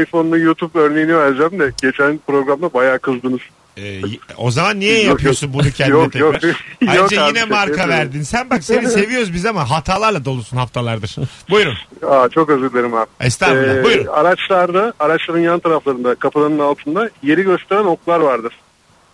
[SPEAKER 6] iPhone'la YouTube örneğini vereceğim de geçen programda bayağı kızdınız.
[SPEAKER 2] Ee, o zaman niye
[SPEAKER 6] Yok,
[SPEAKER 2] yapıyorsun bunu kendine
[SPEAKER 6] yok,
[SPEAKER 2] tekrar?
[SPEAKER 6] yok, yok
[SPEAKER 2] Ayrıca
[SPEAKER 6] abi,
[SPEAKER 2] yine
[SPEAKER 6] şaka
[SPEAKER 2] marka
[SPEAKER 6] yapıyorum.
[SPEAKER 2] verdin. Sen bak seni seviyoruz biz ama hatalarla dolusun haftalardır. Buyurun.
[SPEAKER 6] Aa, çok özür dilerim abi.
[SPEAKER 2] Estağfurullah.
[SPEAKER 6] Ee,
[SPEAKER 2] Buyurun.
[SPEAKER 6] Araçlarda, araçların yan taraflarında, kapılarının altında yeri gösteren oklar vardır.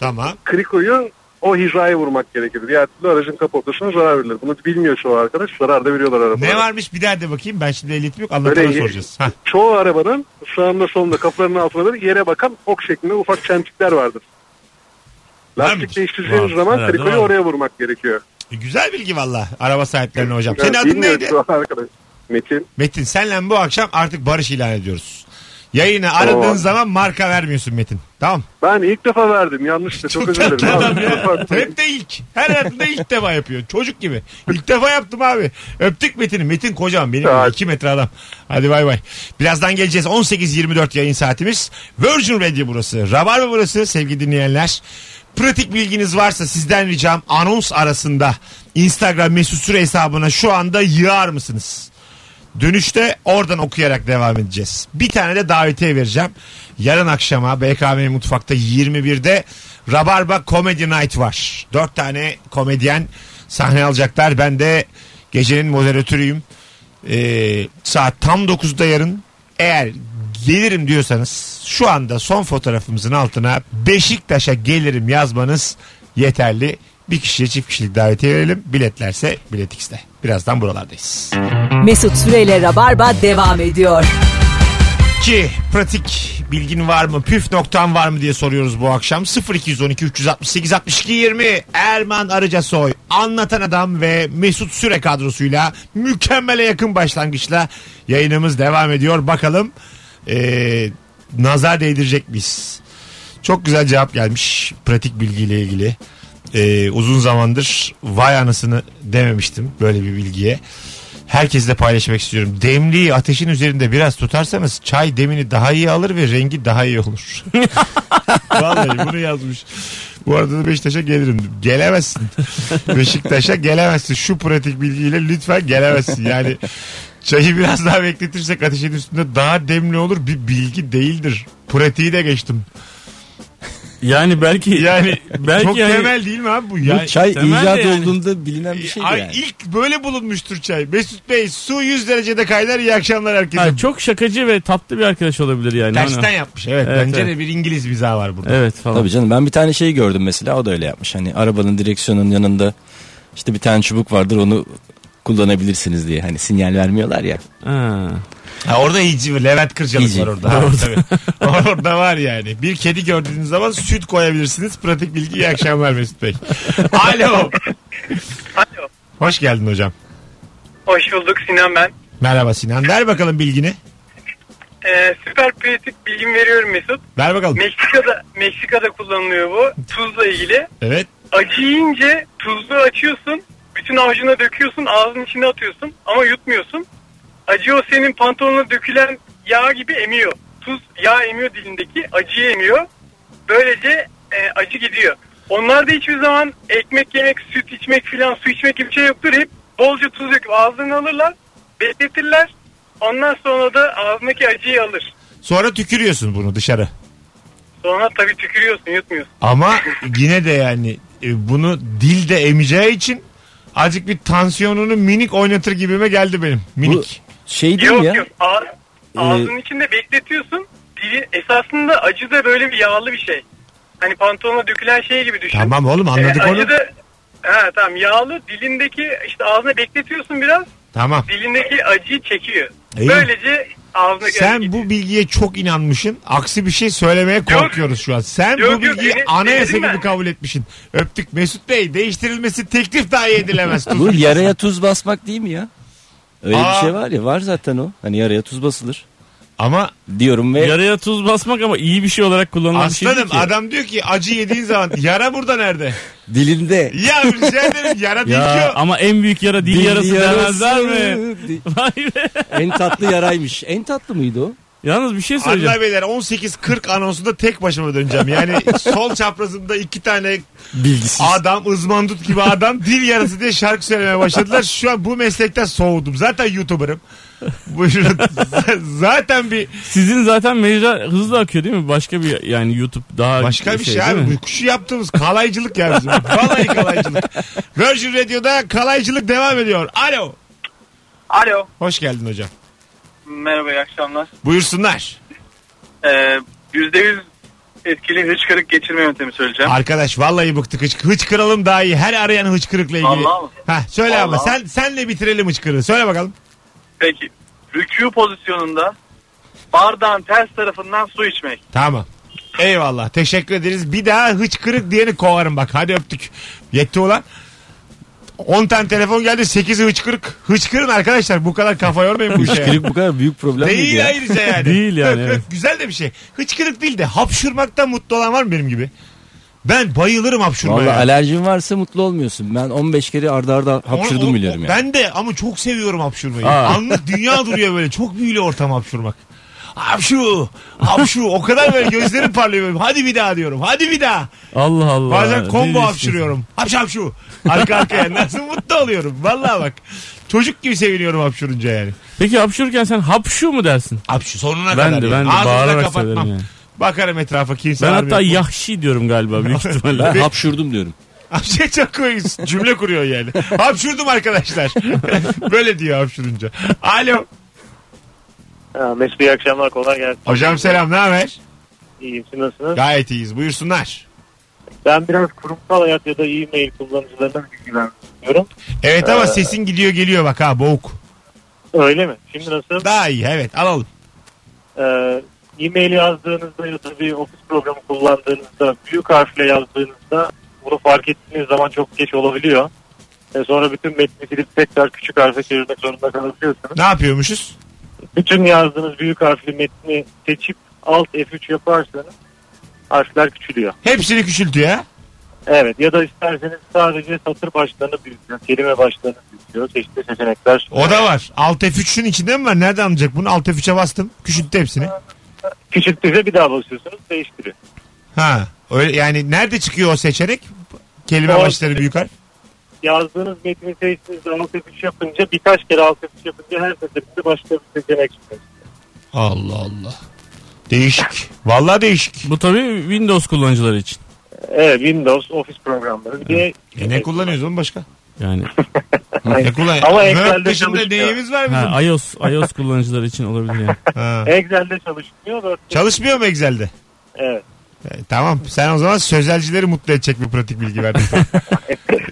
[SPEAKER 2] Tamam.
[SPEAKER 6] Krikoyu o hizaya vurmak gerekir. Diğer türlü aracın kaportasına zarar verilir. Bunu bilmiyor çoğu arkadaş. Zarar da veriyorlar arabalara.
[SPEAKER 2] Ne varmış bir daha de bakayım. Ben şimdi ehliyetim yok. Anlatana
[SPEAKER 6] Öyle-
[SPEAKER 2] soracağız. Hah.
[SPEAKER 6] Çoğu arabanın sağında solunda kapılarının altında böyle yere bakan ok şeklinde ufak çentikler vardır.
[SPEAKER 2] Varmış.
[SPEAKER 6] Lastik değiştireceğiniz
[SPEAKER 3] Var.
[SPEAKER 6] zaman
[SPEAKER 3] Herhalde
[SPEAKER 6] krikoyu
[SPEAKER 3] var.
[SPEAKER 6] oraya vurmak gerekiyor.
[SPEAKER 2] E, Güzel bilgi valla. Araba sahiplerine hocam.
[SPEAKER 6] Yani
[SPEAKER 2] Senin adın
[SPEAKER 6] bilmiyor
[SPEAKER 2] neydi?
[SPEAKER 6] çoğu arkadaş. Metin.
[SPEAKER 2] Metin senle bu akşam artık barış ilan ediyoruz. Yayını aradığın
[SPEAKER 6] Tamam.
[SPEAKER 2] zaman marka vermiyorsun Metin. Tamam.
[SPEAKER 6] Ben ilk defa verdim. Yanlıştı. Çok, özür
[SPEAKER 2] tatlı
[SPEAKER 6] dilerim.
[SPEAKER 2] adam
[SPEAKER 6] Abi,
[SPEAKER 2] ya.
[SPEAKER 6] çok farklı.
[SPEAKER 2] Hep de ilk. Her hayatında ilk defa yapıyor. Çocuk gibi. İlk defa yaptım abi. Öptük Metin'i. Metin kocam benim.
[SPEAKER 6] Evet.
[SPEAKER 2] 2 metre adam. Hadi bay bay. Birazdan geleceğiz. 18.24 yayın saatimiz. Virgin Radio burası. Rabarba burası sevgili dinleyenler. Pratik bilginiz varsa sizden ricam anons arasında Instagram mesut süre hesabına şu anda yığar mısınız? Dönüşte oradan okuyarak devam edeceğiz. Bir tane de davetiye vereceğim. Yarın akşama BKM Mutfak'ta 21'de Rabarba Comedy Night var. Dört tane komedyen sahne alacaklar. Ben de gecenin moderatörüyüm. Ee, saat tam 9'da yarın. Eğer gelirim diyorsanız şu anda son fotoğrafımızın altına Beşiktaş'a gelirim yazmanız yeterli. Bir kişiye çift kişilik davetiye verelim. Biletlerse Bilet X'de. Birazdan buralardayız.
[SPEAKER 1] Mesut Süreyle Rabarba devam ediyor.
[SPEAKER 2] Ki pratik bilgin var mı? Püf noktan var mı diye soruyoruz bu akşam. 0212 368 62 20 Erman Arıcasoy anlatan adam ve Mesut Süre kadrosuyla mükemmele yakın başlangıçla yayınımız devam ediyor. Bakalım eee, nazar değdirecek miyiz? Çok güzel cevap gelmiş pratik bilgiyle ilgili. Eee, uzun zamandır vay anasını dememiştim böyle bir bilgiye herkesle paylaşmak istiyorum. Demliği ateşin üzerinde biraz tutarsanız çay demini daha iyi alır ve rengi daha iyi olur. Vallahi bunu yazmış. Bu arada da Beşiktaş'a gelirim. Gelemezsin. Beşiktaş'a gelemezsin. Şu pratik bilgiyle lütfen gelemezsin. Yani çayı biraz daha bekletirsek ateşin üstünde daha demli olur. Bir bilgi değildir. Pratiği de geçtim.
[SPEAKER 3] Yani belki
[SPEAKER 2] Yani
[SPEAKER 3] belki
[SPEAKER 2] çok
[SPEAKER 3] yani-
[SPEAKER 2] temel değil mi abi bu?
[SPEAKER 4] Bu
[SPEAKER 2] Yani,
[SPEAKER 4] çay
[SPEAKER 3] temel de
[SPEAKER 4] icat
[SPEAKER 3] yani.
[SPEAKER 4] olduğunda bilinen bir şeydi
[SPEAKER 2] Ay,
[SPEAKER 4] yani.
[SPEAKER 2] ilk böyle bulunmuştur çay. Mesut Bey su 100 derecede kaynar iyi akşamlar herkese.
[SPEAKER 3] Ha, çok şakacı ve tatlı bir arkadaş olabilir yani.
[SPEAKER 2] Tersten
[SPEAKER 3] Hani-
[SPEAKER 2] yapmış evet.
[SPEAKER 3] Evet,
[SPEAKER 2] Bence
[SPEAKER 3] evet.
[SPEAKER 2] de bir İngiliz mizahı var burada.
[SPEAKER 3] Evet falan.
[SPEAKER 4] Tabii canım ben bir tane şey gördüm mesela o da öyle yapmış. Hani arabanın direksiyonun yanında işte bir tane çubuk vardır onu kullanabilirsiniz diye. Hani sinyal vermiyorlar ya.
[SPEAKER 3] Ha.
[SPEAKER 2] Ha, orada hici Levent Kırcalık
[SPEAKER 4] Hici.
[SPEAKER 2] var orada. Ha, tabii. orada var yani. Bir kedi gördüğünüz zaman süt koyabilirsiniz. Pratik bilgi iyi akşamlar Mesut Bey. Alo.
[SPEAKER 5] Alo.
[SPEAKER 2] Hoş geldin hocam.
[SPEAKER 5] Hoş bulduk Sinan ben.
[SPEAKER 2] Merhaba Sinan. Ver bakalım bilgini.
[SPEAKER 5] Ee, süper pratik bilgim veriyorum Mesut.
[SPEAKER 2] Ver bakalım.
[SPEAKER 5] Meksika'da Meksika'da kullanılıyor bu. Tuzla ilgili.
[SPEAKER 2] Evet.
[SPEAKER 5] Acı yiyince tuzlu açıyorsun. Bütün avucuna döküyorsun. Ağzının içine atıyorsun. Ama yutmuyorsun. Acı o senin pantolonuna dökülen yağ gibi emiyor. Tuz yağ emiyor dilindeki. Acıyı emiyor. Böylece e, acı gidiyor. Onlar da hiçbir zaman ekmek yemek, süt içmek filan, su içmek gibi bir şey yoktur. Hep bolca tuz döküp ağzını alırlar. Bekletirler. Ondan sonra da ağzındaki acıyı alır.
[SPEAKER 2] Sonra tükürüyorsun bunu dışarı.
[SPEAKER 5] Sonra tabii tükürüyorsun, yutmuyorsun.
[SPEAKER 2] Ama yine de yani e, bunu dilde emeceği için azıcık bir tansiyonunu minik oynatır gibime geldi benim. Minik.
[SPEAKER 4] Şey değil mi
[SPEAKER 5] Yok
[SPEAKER 4] ya?
[SPEAKER 5] yok. Ağ-
[SPEAKER 2] Ee,
[SPEAKER 5] ağzının içinde bekletiyorsun. Dili, esasında acı da böyle bir yağlı bir şey. Hani pantolona dökülen şey gibi düşün.
[SPEAKER 2] Tamam oğlum anladık
[SPEAKER 5] Ee,
[SPEAKER 2] onu.
[SPEAKER 5] acı da ha, tamam yağlı dilindeki işte ağzına bekletiyorsun biraz.
[SPEAKER 2] Tamam.
[SPEAKER 5] Dilindeki acıyı çekiyor.
[SPEAKER 2] İyi.
[SPEAKER 5] Böylece ağzına
[SPEAKER 2] Sen bu bilgiye çok inanmışsın. Aksi bir şey söylemeye korkuyoruz şu an. Sen
[SPEAKER 5] Yok,
[SPEAKER 2] bu
[SPEAKER 5] yok,
[SPEAKER 2] bilgiyi
[SPEAKER 5] beni-
[SPEAKER 2] anayasa
[SPEAKER 5] beni
[SPEAKER 2] gibi
[SPEAKER 5] ben-
[SPEAKER 2] kabul etmişsin. Öptük Mesut Bey. Değiştirilmesi teklif dahi edilemez. Tuz
[SPEAKER 4] Bu
[SPEAKER 2] bilgisi.
[SPEAKER 4] yaraya tuz basmak değil mi ya? Öyle
[SPEAKER 2] Aa.
[SPEAKER 4] bir şey var ya var zaten o. Hani yaraya tuz basılır
[SPEAKER 2] Ama
[SPEAKER 4] diyorum ve
[SPEAKER 3] Yaraya tuz basmak ama iyi bir şey olarak kullanılan bir şey değil
[SPEAKER 2] aslanım
[SPEAKER 3] ki.
[SPEAKER 2] adam diyor ki acı yediğin zaman yara burada nerede?
[SPEAKER 4] dilinde
[SPEAKER 2] Ya rica ederim yara değil ki
[SPEAKER 3] Ya
[SPEAKER 2] o.
[SPEAKER 3] ama en büyük yara dil, yarası, demezler mi?
[SPEAKER 4] Di-
[SPEAKER 3] Vay be.
[SPEAKER 4] en tatlı yaraymış. En tatlı mıydı o?
[SPEAKER 3] Yalnız bir şey söyleyeceğim.
[SPEAKER 2] Allah beyler 18.40 anonsunda tek başıma döneceğim. Yani sol çaprazımda iki tane
[SPEAKER 4] Bilgisiz.
[SPEAKER 2] adam ızmandut gibi adam dil yarası diye şarkı söylemeye başladılar. Şu an bu meslekten soğudum. Zaten YouTuber'ım. Buyurun. Zaten bir
[SPEAKER 3] Sizin zaten mecra hızlı akıyor değil mi? Başka bir yani YouTube daha
[SPEAKER 2] başka bir şey,
[SPEAKER 3] değil mi?
[SPEAKER 2] abi. Bu şu yaptığımız kalaycılık ya bizim. Vallahi kalaycılık. Virgin Radio'da kalaycılık devam ediyor. Alo.
[SPEAKER 5] Alo.
[SPEAKER 2] Hoş geldin hocam.
[SPEAKER 5] Merhaba iyi akşamlar.
[SPEAKER 2] Buyursunlar.
[SPEAKER 5] Ee, %100 etkili hıçkırık geçirme yöntemi söyleyeceğim.
[SPEAKER 2] Arkadaş vallahi bıktık. Hıç, hıçkıralım daha iyi. Her arayan hıçkırıkla ilgili.
[SPEAKER 5] Vallahi mi?
[SPEAKER 2] Heh, söyle ama
[SPEAKER 5] Vallahi.
[SPEAKER 2] sen senle bitirelim hıçkırığı. Söyle bakalım.
[SPEAKER 5] Peki. Rükû pozisyonunda bardağın ters tarafından su içmek.
[SPEAKER 2] Tamam. Eyvallah. Teşekkür ederiz. Bir daha hıçkırık diyeni kovarım bak. Hadi öptük. Yetti ulan. 10 tane telefon geldi. 8'i hıçkırık. Hıçkırın arkadaşlar. Bu kadar kafa yormayın bu işe.
[SPEAKER 4] Hıçkırık bu kadar büyük problem miydi
[SPEAKER 2] Değil
[SPEAKER 4] ya?
[SPEAKER 2] ayrıca yani.
[SPEAKER 3] Değil yani,
[SPEAKER 2] Öp, öp.
[SPEAKER 3] evet.
[SPEAKER 2] Güzel de bir şey. Hıçkırık değil de hapşurmaktan mutlu olan var mı benim gibi? Ben bayılırım hapşurmaya.
[SPEAKER 4] Valla alerjin varsa mutlu olmuyorsun. Ben 15 kere arda arda
[SPEAKER 2] Onu-
[SPEAKER 4] hapşırdım
[SPEAKER 2] onu-
[SPEAKER 4] biliyorum yani.
[SPEAKER 2] Ben de ama çok seviyorum hapşurmayı.
[SPEAKER 3] Aa.
[SPEAKER 2] Anlık dünya duruyor böyle. Çok büyülü ortam hapşurmak. Hapşu, hapşu. O kadar böyle gözlerim parlıyor. Benim. Hadi bir daha diyorum. Hadi bir daha.
[SPEAKER 3] Allah Allah.
[SPEAKER 2] Bazen
[SPEAKER 3] Dil
[SPEAKER 2] combo
[SPEAKER 3] yarası.
[SPEAKER 2] hapşırıyorum. Hapşu hapşu. Arka arkaya. Nasıl mutlu oluyorum. Vallahi bak. Çocuk gibi seviniyorum hapşurunca yani.
[SPEAKER 3] Peki hapşururken sen hapşu mu dersin?
[SPEAKER 2] Hapşu sonuna
[SPEAKER 3] Ben
[SPEAKER 2] kadar.
[SPEAKER 3] de,
[SPEAKER 2] yani.
[SPEAKER 3] ben de
[SPEAKER 2] Ağzını da
[SPEAKER 3] bağırarak
[SPEAKER 2] kapatmam.
[SPEAKER 3] söylerim yani.
[SPEAKER 2] Bakarım etrafa kimse
[SPEAKER 3] Ben
[SPEAKER 2] var mı
[SPEAKER 3] hatta
[SPEAKER 2] yok mu?
[SPEAKER 3] yahşi diyorum galiba büyük ihtimalle.
[SPEAKER 4] Ben hapşurdum diyorum.
[SPEAKER 2] Hapşe çok koyuyorsun. Cümle kuruyor yani. Hapşurdum arkadaşlar. Böyle diyor hapşurunca. Alo.
[SPEAKER 5] Mesut iyi akşamlar kolay gelsin.
[SPEAKER 2] Hocam selam ne haber?
[SPEAKER 5] İyiyim siz nasılsınız?
[SPEAKER 2] Gayet iyiyiz. Buyursunlar.
[SPEAKER 5] Ben biraz kurumsal hayat ya da e-mail kullanıcılarına bilgilenmek istiyorum.
[SPEAKER 2] Evet ama sesin gidiyor geliyor bak ha boğuk.
[SPEAKER 5] Ee, Öyle mi? Şimdi nasıl?
[SPEAKER 2] Daha iyi evet alalım.
[SPEAKER 5] Ee, e-mail yazdığınızda ya da bir ofis programı kullandığınızda büyük harfle yazdığınızda bunu fark ettiğiniz zaman çok geç olabiliyor. Ee, sonra bütün metni silip tekrar küçük harfe çevirmek zorunda kalabiliyorsunuz.
[SPEAKER 2] Ne yapıyormuşuz?
[SPEAKER 5] Bütün yazdığınız büyük harfli metni seçip alt F3 yaparsanız harfler küçülüyor.
[SPEAKER 2] Hepsini küçültüyor ha.
[SPEAKER 5] Evet ya da isterseniz sadece satır başlarını büyütüyor, kelime başlarını büyütüyor, çeşitli seçenekler.
[SPEAKER 2] O da var. Alt F3'ün içinde mi var? Nereden anlayacak bunu? Alt F3'e bastım. Küçülttü hepsini.
[SPEAKER 5] Küçülttüğünüzde bir daha basıyorsunuz değiştiriyor.
[SPEAKER 2] Ha. Öyle, yani nerede çıkıyor o seçenek? Kelime
[SPEAKER 5] O-
[SPEAKER 2] başları büyük harf.
[SPEAKER 5] Yazdığınız metni seçtiğinizde alt F3 yapınca birkaç kere alt F3 yapınca her seferinde başka bir seçenek çıkıyor.
[SPEAKER 2] Allah Allah. Değişik. Vallahi değişik.
[SPEAKER 3] Bu tabii Windows kullanıcıları için.
[SPEAKER 10] Evet Windows, Office programları. Bir de
[SPEAKER 2] E ne kullanıyoruz oğlum başka?
[SPEAKER 3] Yani
[SPEAKER 2] Ne kullan?
[SPEAKER 10] Ama
[SPEAKER 2] Word
[SPEAKER 10] Excel'de
[SPEAKER 2] dışında
[SPEAKER 10] çalışmıyor.
[SPEAKER 2] neyimiz var bizim?
[SPEAKER 3] ha, iOS iOS kullanıcıları için olabilir yani.
[SPEAKER 2] Ha.
[SPEAKER 10] Excel'de çalışmıyor da.
[SPEAKER 2] Çalışmıyor mu Excel'de?
[SPEAKER 10] Evet.
[SPEAKER 2] E, tamam. Sen o zaman sözelcileri mutlu edecek bir pratik bilgi verdin.